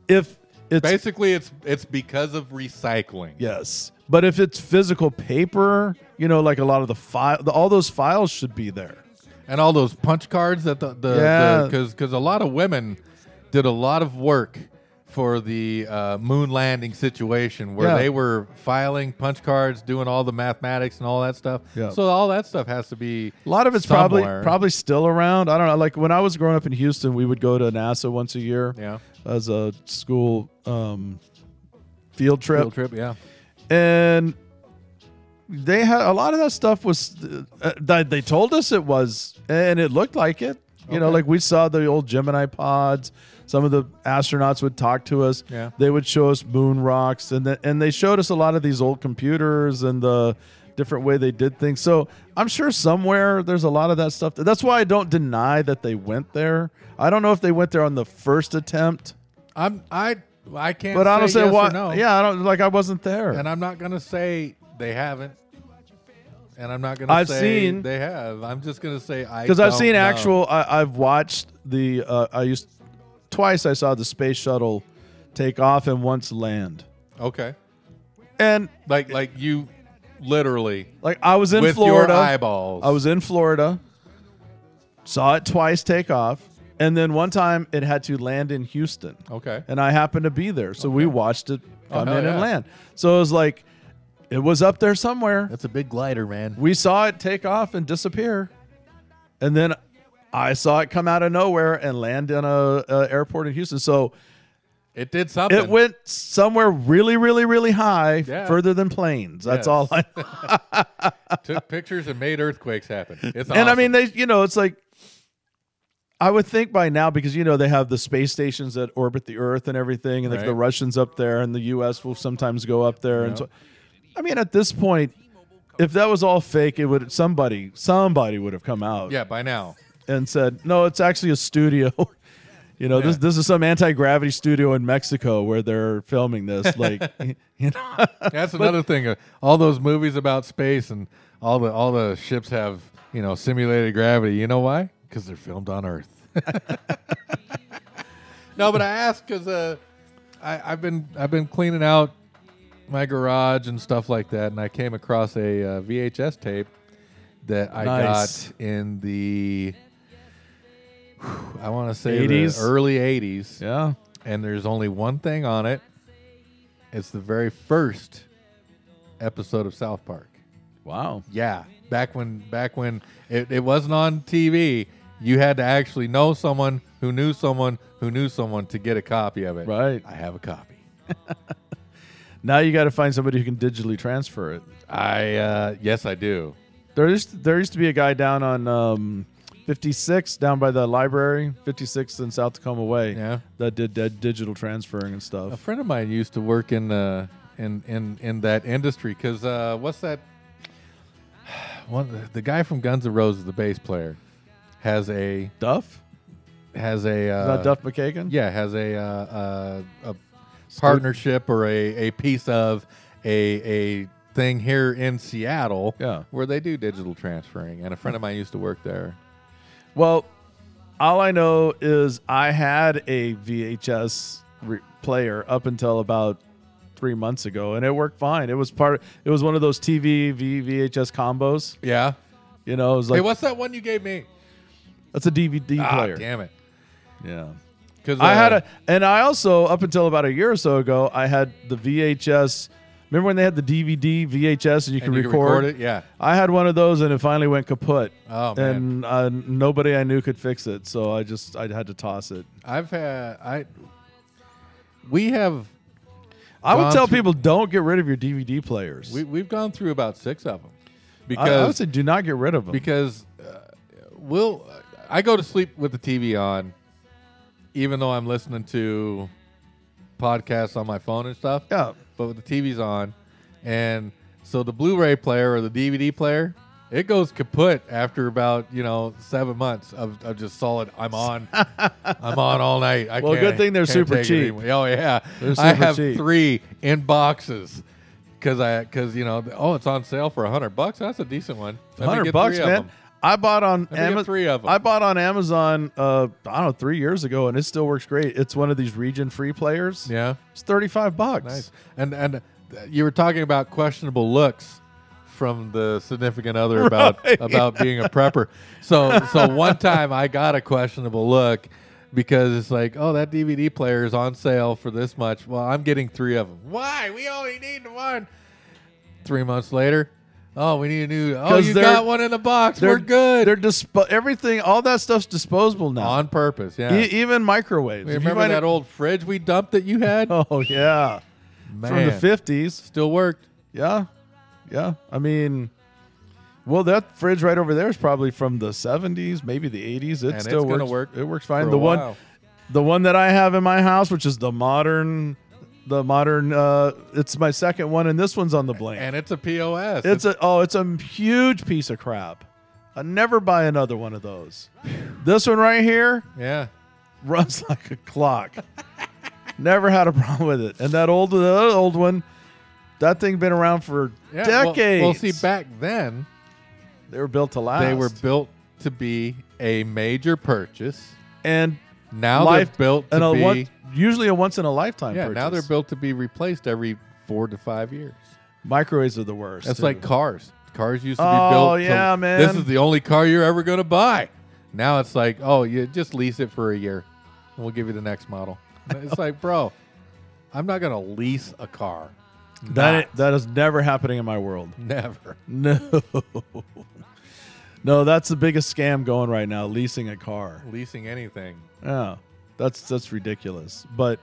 if it's
basically it's it's because of recycling.
yes, but if it's physical paper, you know, like a lot of the file, the, all those files should be there.
and all those punch cards that the
Yeah.
the because because a lot of women did a lot of work for the uh, moon landing situation where
Yeah.
they were filing punch cards, doing all the mathematics and all that stuff.
Yeah.
So all that stuff has to be
A lot of it's
somewhere.
probably probably still around. I don't know. Like when I was growing up in Houston, we would go to NASA once a year
yeah
as a school um, field trip.
field trip yeah
and they had a lot of that stuff was uh, that they told us it was and it looked like it you know
Okay.
like we saw the old gemini pods some of the astronauts would talk to us
Yeah.
they would show us moon rocks and the, and they showed us a lot of these old computers and the different way they did things so i'm sure somewhere there's a lot of that stuff that's why i don't deny that they went there i don't know if they went there on the first attempt
I'm I I can't
but
say
i don't say
yes or
why
no.
yeah i don't like i wasn't there
and I'm not gonna say they haven't. And I'm not gonna
I've
say
seen-
they have. I'm just gonna say I
because I've
don't
seen
know.
actual. I, I've watched the. Uh, I used twice. I saw the space shuttle take off and once land.
okay
And
like like you literally
like I was in
with
Florida.
your eyeballs.
I was in Florida. Saw it twice take off, and then one time it had to land in Houston,
okay.
and I happened to be there, so we watched it
Oh,
come
hell
in and
yeah.
land. So it was like, it was up there somewhere.
That's a big glider, man.
We saw it take off and disappear, and then I saw it come out of nowhere and land in a, a airport in Houston. So
It did something.
it went somewhere really, really, really high,
Yeah.
further than planes.
Yes.
That's all. I,
took pictures and made earthquakes happen. It's
And I
awesome.
mean, they, you know, it's like I would think by now because you know they have the space stations that orbit the Earth and everything, and like
Right.
the Russians up there, and the U.S. will sometimes go up there, and so. I mean, at this point, if that was all fake, it would somebody somebody would have come out.
yeah, by now.
and said, "No, it's actually a studio." you know, this this is some anti gravity studio in Mexico where they're filming this. Like, you know,
That's another thing. uh, All those movies about space and all the all the ships have you know simulated gravity. You know why? Because they're filmed on Earth. no, but I ask because uh, I- I've been I've been cleaning out my garage and stuff like that, and I came across a uh, VHS tape that I
Nice.
got in the. whew, I want to say the
80s?
early 80s
yeah,
and there's only one thing on it. It's the very first episode of South Park.
wow,
Yeah, back when back when it, it wasn't on TV, you had to actually know someone who knew someone who knew someone to get a copy of it.
right
I have a copy.
now you got to find somebody who can digitally transfer it.
I uh, yes, I do.
There used there used to be a guy down on um, 56 down by the library, 56 in South Tacoma Way.
Yeah.
That did that digital transferring and
A
stuff.
friend of mine used to work in uh, in in in that industry because uh, what's that? One the guy from Guns N' Roses, the bass player, has a
Duff?
has a
Is
uh,
that Duff McKagan?
yeah has a uh, uh, a partnership or a, a piece of a a thing here in Seattle
Yeah.
where they do digital transferring and a friend of mine used to work there
Well, all I know is I had a VHS re- player up until about three months ago, and it worked fine. It was part. It was one of those TV v, VHS combos.
yeah
You know, it was like
hey what's that one you gave me
that's a DVD
ah
player.
damn it uh,
Yeah.
because
I had a, and I also up until about a year or so ago, I had the VHS. Remember when they had the DVD VHS and you could
you
record?
could record it yeah
I had one of those, and it finally went kaput.
Oh,
And uh, nobody I knew could fix it, so I just I had to toss it.
I've had I we have
I would
Gone
tell
through-
people don't get rid of your DVD players.
we, we've gone through about six of them
I, I would
because
say do not get rid of them.
because uh, we'll I go to sleep with the TV on even though I'm listening to podcasts on my phone and stuff
yeah,
but with the TV's on and so the Blu-ray player or the DVD player it goes kaput after about you know seven months of, of just solid. I'm on, I'm on all night. I
Well,
can't-
good thing they're
can't
super
take it
cheap.
anymore. Oh yeah,
They're
I
super
have
cheap.
three in boxes because I because you know oh it's on sale for a hundred bucks. That's a decent one. Let me
hundred
get
bucks,
three of
man.
them.
I bought on
me get
Amazon.
three of 'em.
I bought on Amazon. Uh, I don't know, three years ago, and it still works great. It's one of these region free players.
Yeah,
it's thirty five bucks.
nice. And and uh, you were talking about questionable looks from the significant other about about being a prepper. So so one time I got a questionable look because it's like, oh, that DVD player is on sale for this much. Well, I'm getting three of them. Why? We only need one. Three months later, oh, we need a new. Oh,
'Cause
you
they're-
got one in the box. We're good.
They're dispo- everything. All that stuff's disposable now.
on purpose. Yeah.
E- even microwaves. If you
remember
find
that
it-
old fridge we dumped that you had?
Oh yeah, from
Man,
the fifties.
still worked.
Yeah, yeah. I mean, well, that fridge right over there is probably from the seventies, maybe the eighties. It
And
still
it's gonna
works.
work
It works
for
fine.
a
The one,
while.
the one that I have in my house, which is the modern, the modern. Uh, it's my second one, and this one's on the blank.
And it's a POS.
It's a oh, it's a huge piece of crap. I never buy another one of those. This one right here
yeah.
runs like a clock. never had a problem with it. And that old the other old one, that thing been around for
Yeah, well-
decades.
Well, see, back then
they were built to last.
they were built to be a major purchase.
and
Now
life
they're built to
and a
be
one, usually a once in a lifetime.
yeah. Now they're
purchase.
built to be replaced every four to five years.
Microwaves are the worst.
That's
too.
like cars. Cars used to
Oh,
be built. to-
yeah, man.
This is the only car you're ever going to buy. Now it's like, oh, you just lease it for a year, and we'll give you the next model. It's like, bro, I'm not going to lease a car.
that. That is never happening in my world.
Never.
No. No, that's the biggest scam going right now, leasing a car.
Leasing anything.
Yeah. That's that's ridiculous. But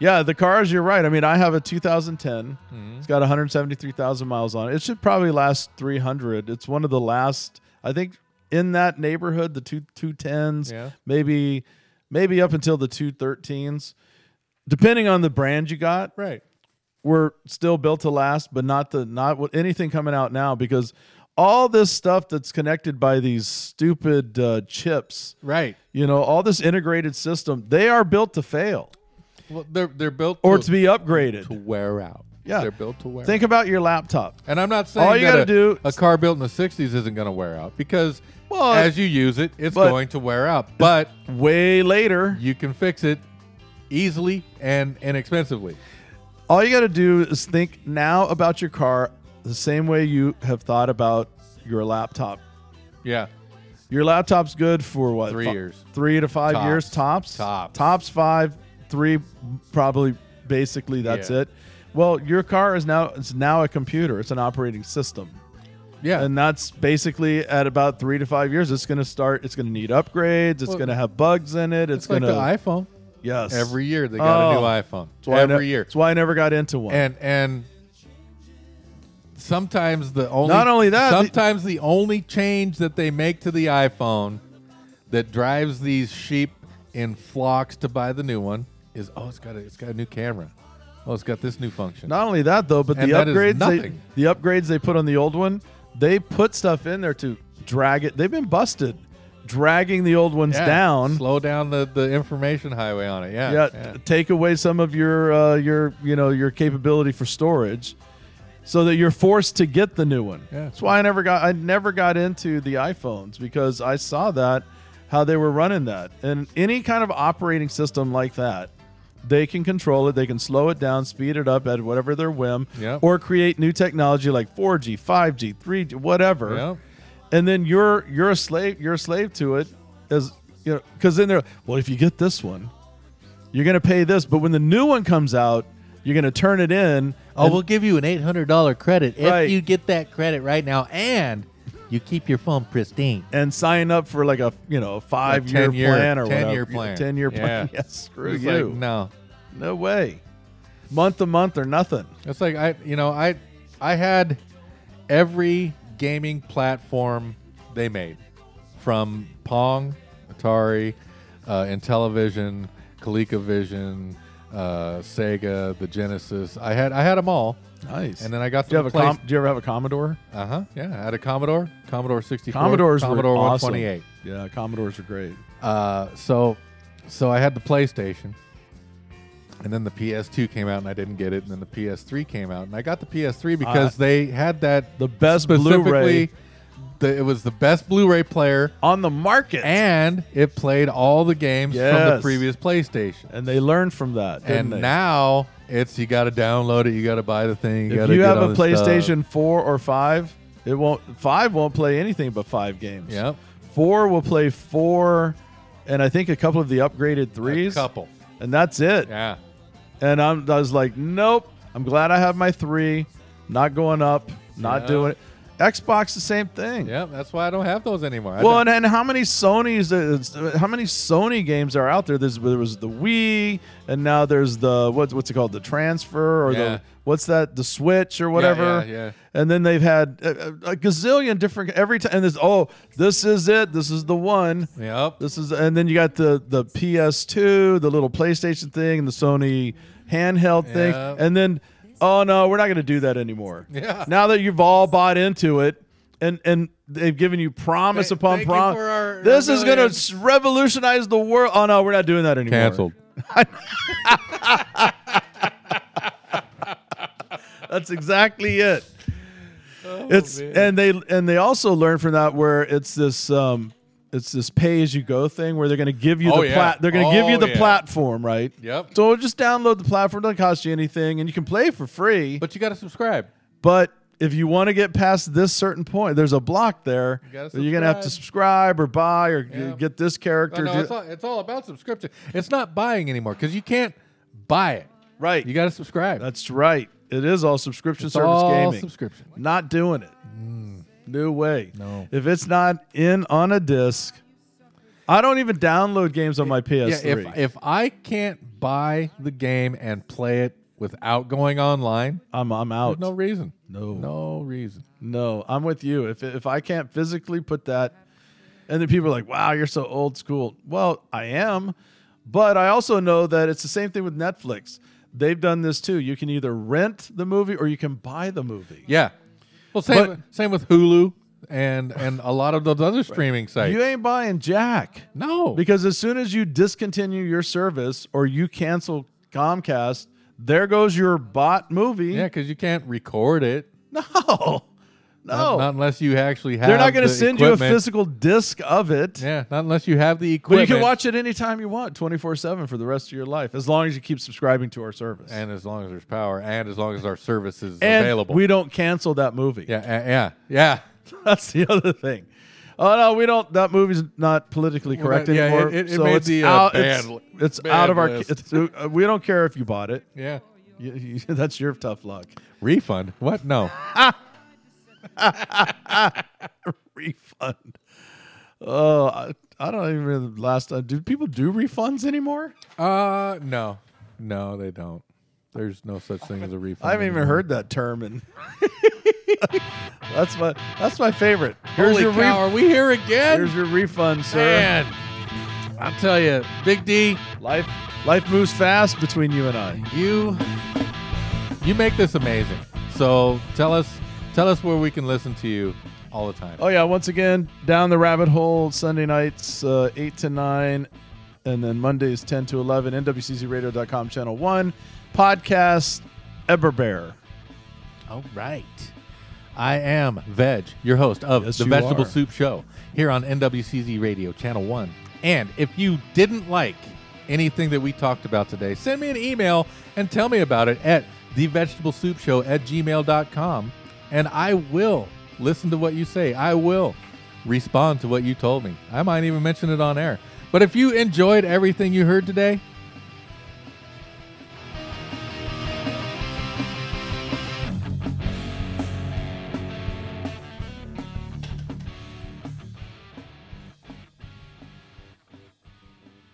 yeah, the cars, you're right. I mean, I have a 2010. It's got 173,000 miles on it. It should probably last 300. It's one of the last, I think in that neighborhood, the two 210s,
Yeah.
maybe maybe up until the 213s. Depending on the brand you got,
Right.
were still built to last, but not the not what anything coming out now because all this stuff that's connected by these stupid uh, chips,
Right.
you know, all this integrated system, they are built to fail
Well, they're they're built
or
to,
to be
to
upgraded.
wear out.
Yeah.
they're built to wear.
Think
out.
about your laptop.
and I'm not saying
all you
that
gotta
a,
do-
a car built in the '60s isn't going to wear out because
Well,
as you use it, it's
but-
going to wear out. But
Way later,
you can fix it easily and inexpensively.
all you got to do is think now about your car the same way you have thought about your laptop.
Yeah,
Your laptop's good for what?
Three
fi-
years.
Three to five
Tops.
years tops.
Tops.
Tops five, three, probably basically that's
Yeah.
it. Well, your car is now it's now a computer. It's an operating system,
yeah.
and that's basically at about three to five years. It's going to start. It's going to need upgrades. It's
Well,
going to have bugs in it. It's,
it's like
going
the
to
iPhone.
yes
Every year they got a
Oh.
new iPhone.
That's why I
Every
ne-
year,
That's why I never got into one.
and and sometimes the only
Not only that, the-
sometimes the only change that they make to the iPhone that drives these sheep in flocks to buy the new one is oh, it's got a, it's got a new camera. Oh, it's got this new function.
Not only that though, but
And
the
that is
upgrades they,
nothing.
the upgrades they put on the old one, they put stuff in there to drag it. They've been busted dragging the old ones
Yeah,
down.
Slow down the, the information highway on it. Yeah.
yeah, t- take away some of your uh, your you know your capability for storage, so that you're forced to get the new one.
Yeah.
That's why I never got I never got into the iPhones because I saw that how they were running that and any kind of operating system like that. They can control it. They can slow it down, speed it up at whatever their whim,
Yep.
or create new technology like 4G, 5G, 3G, whatever
Yep.
and then you're you're a slave you're a slave to it as you know because then they're well if you get this one you're gonna pay this but when the new one comes out you're gonna turn it in
Oh, we'll give you an eight hundred dollar credit
Right.
if you get that credit right now, and you keep your phone pristine.
and sign up for like a you know five year
10-year
plan or
10-year
whatever.
plan.
ten year plan
Yeah.
yes screw
It's
you
like, no.
no way month to month or nothing
It's like I, you know, I, I had every gaming platform they made, from Pong, Atari, uh, Intellivision, ColecoVision, uh, Sega, the Genesis. I had, I had them all,
nice
and then I got
do you
to
have
the
a
place.
com- do you ever have a commodore
uh huh. Yeah, I had a Commodore, Commodore sixty four,
commodores
Commodore
were
one
awesome.
twenty eight.
yeah commodores are great
Uh, so, so I had the PlayStation, and then the PS2 came out, and I didn't get it. And then the PS3 came out, and I got the PS3 because they had that
Uh, the best
specifically.
Blu-ray.
The, it was the best Blu-ray player,
on the market
and it played all the games from
Yes.
the previous PlayStation.
and they learned from that didn't
And
they?
now it's you got to download it, you got to buy the thing. You
if
gotta
you
get
have
all
a
this stuff.
PlayStation 4 or 5, it won't 5 won't play anything but 5 games.
Yep.
4 will play 4 and I think a couple of the upgraded 3s.
a couple,
And that's it.
yeah.
And I'm, I was like, "Nope. I'm glad I have my 3. Not going up, not
Yeah.
doing it." Xbox the same thing.
Yeah, that's why I don't have those anymore. I
Well,
don't-
and, and how many Sony's uh, how many Sony games are out there? There's there was the Wii, and now there's the what, what's it called, the transfer or
Yeah.
the what's that, the Switch or whatever.
yeah, yeah.
And then they've had a, a- a gazillion different every time. And this oh, this is it. This is the one.
yep.
This is and then you got the the PS2, the little PlayStation thing, and the Sony handheld thing,
Yeah.
and then oh no, we're not going to do that anymore.
Yeah.
Now that you've all bought into it, and and they've given you promise
Thank-
upon
thank you
promise,
for our-
this
our
is going
millions.
to revolutionize the world. Oh no, we're not doing that anymore.
Cancelled.
That's exactly it.
Oh,
it's and they and they also learn from that where it's this um it's this pay as you go thing where they're going to give you
Oh,
the
yeah.
plat they're going to give
Oh,
you the
yeah.
platform, right?
Yep.
So just download the platform, doesn't cost you anything and you can play for free. But,
But you got to subscribe.
if you want to get past this certain point, there's a block there.
You gotta
where you're going to have to subscribe or buy or g-
Yeah.
get this character
Oh, No, no,
do-
it's all, it's all about subscription. It's not buying anymore because you can't buy it.
right.
You got to subscribe.
That's right. It is all subscription
It's
service
all
gaming.
subscription.
Not doing it. No way.
Mm. No.
If it's not in on a disc, I don't even download games on my
yeah,
PS3.
if, if I can't buy the game and play it without going online,
I'm I'm
there's
out.
no reason.
No.
No reason.
No, I'm with you. If if I can't physically put that, and then people are like, "Wow, you're so old school." Well, I am, but I also know that it's the same thing with Netflix. They've done this too. You can either rent the movie or you can buy the movie.
Yeah. Well, same, same with Hulu and, and a lot of those other streaming sites.
You ain't buying jack.
no.
Because as soon as you discontinue your service or you cancel Comcast, there goes your bought movie.
yeah, because you can't record it.
No, no.
Not, not unless you actually have
They're not going to
the
send you a
equipment.
physical disc of it.
Yeah, not unless you have the
But
equipment.
you can watch it anytime you want, 24 7 for the rest of your life, as long as you keep subscribing to our service.
And as long as there's power, and as long as our service is
And
available.
we don't cancel that movie.
yeah, a- yeah, yeah.
That's the other thing. Oh, no, we don't. That movie's not politically
Well,
correct
that- yeah,
anymore.
it- it- it
so
made
it's
the, uh,
out,
bad
it's,
li-
it's
bad
out of our.
list.
It's, uh, we don't care if you bought it.
Yeah.
You- you- that's your tough luck.
Refund? What? No.
refund. Oh, I, I don't even remember the last time. Do people do refunds anymore?
Uh, no, no, they don't. There's no such thing as a refund.
I haven't even
anymore.
heard that term in That's my that's my favorite. Here's
Holy
your
cow,
refund.
are we here again?
Here's your refund,
uh,
sir.
Man, I'll tell you, Big D,
Life life moves fast between you and I.
you you make this amazing. So tell us tell us where we can listen to you all the time.
Oh yeah, once again, down the rabbit hole Sunday nights uh, 8 to 9 and then Mondays 10 to 11 nwccradio.com channel 1 podcast Eberbear.
All right. I am Veg, your host of
Yes,
the
you
Vegetable
are.
Soup Show here on NWCZ Radio, Channel 1. And if you didn't like anything that we talked about today, send me an email and tell me about it at thevegetablesoupshow at gmail.com. And I will listen to what you say. I will respond to what you told me. I might even mention it on air. But if you enjoyed everything you heard today,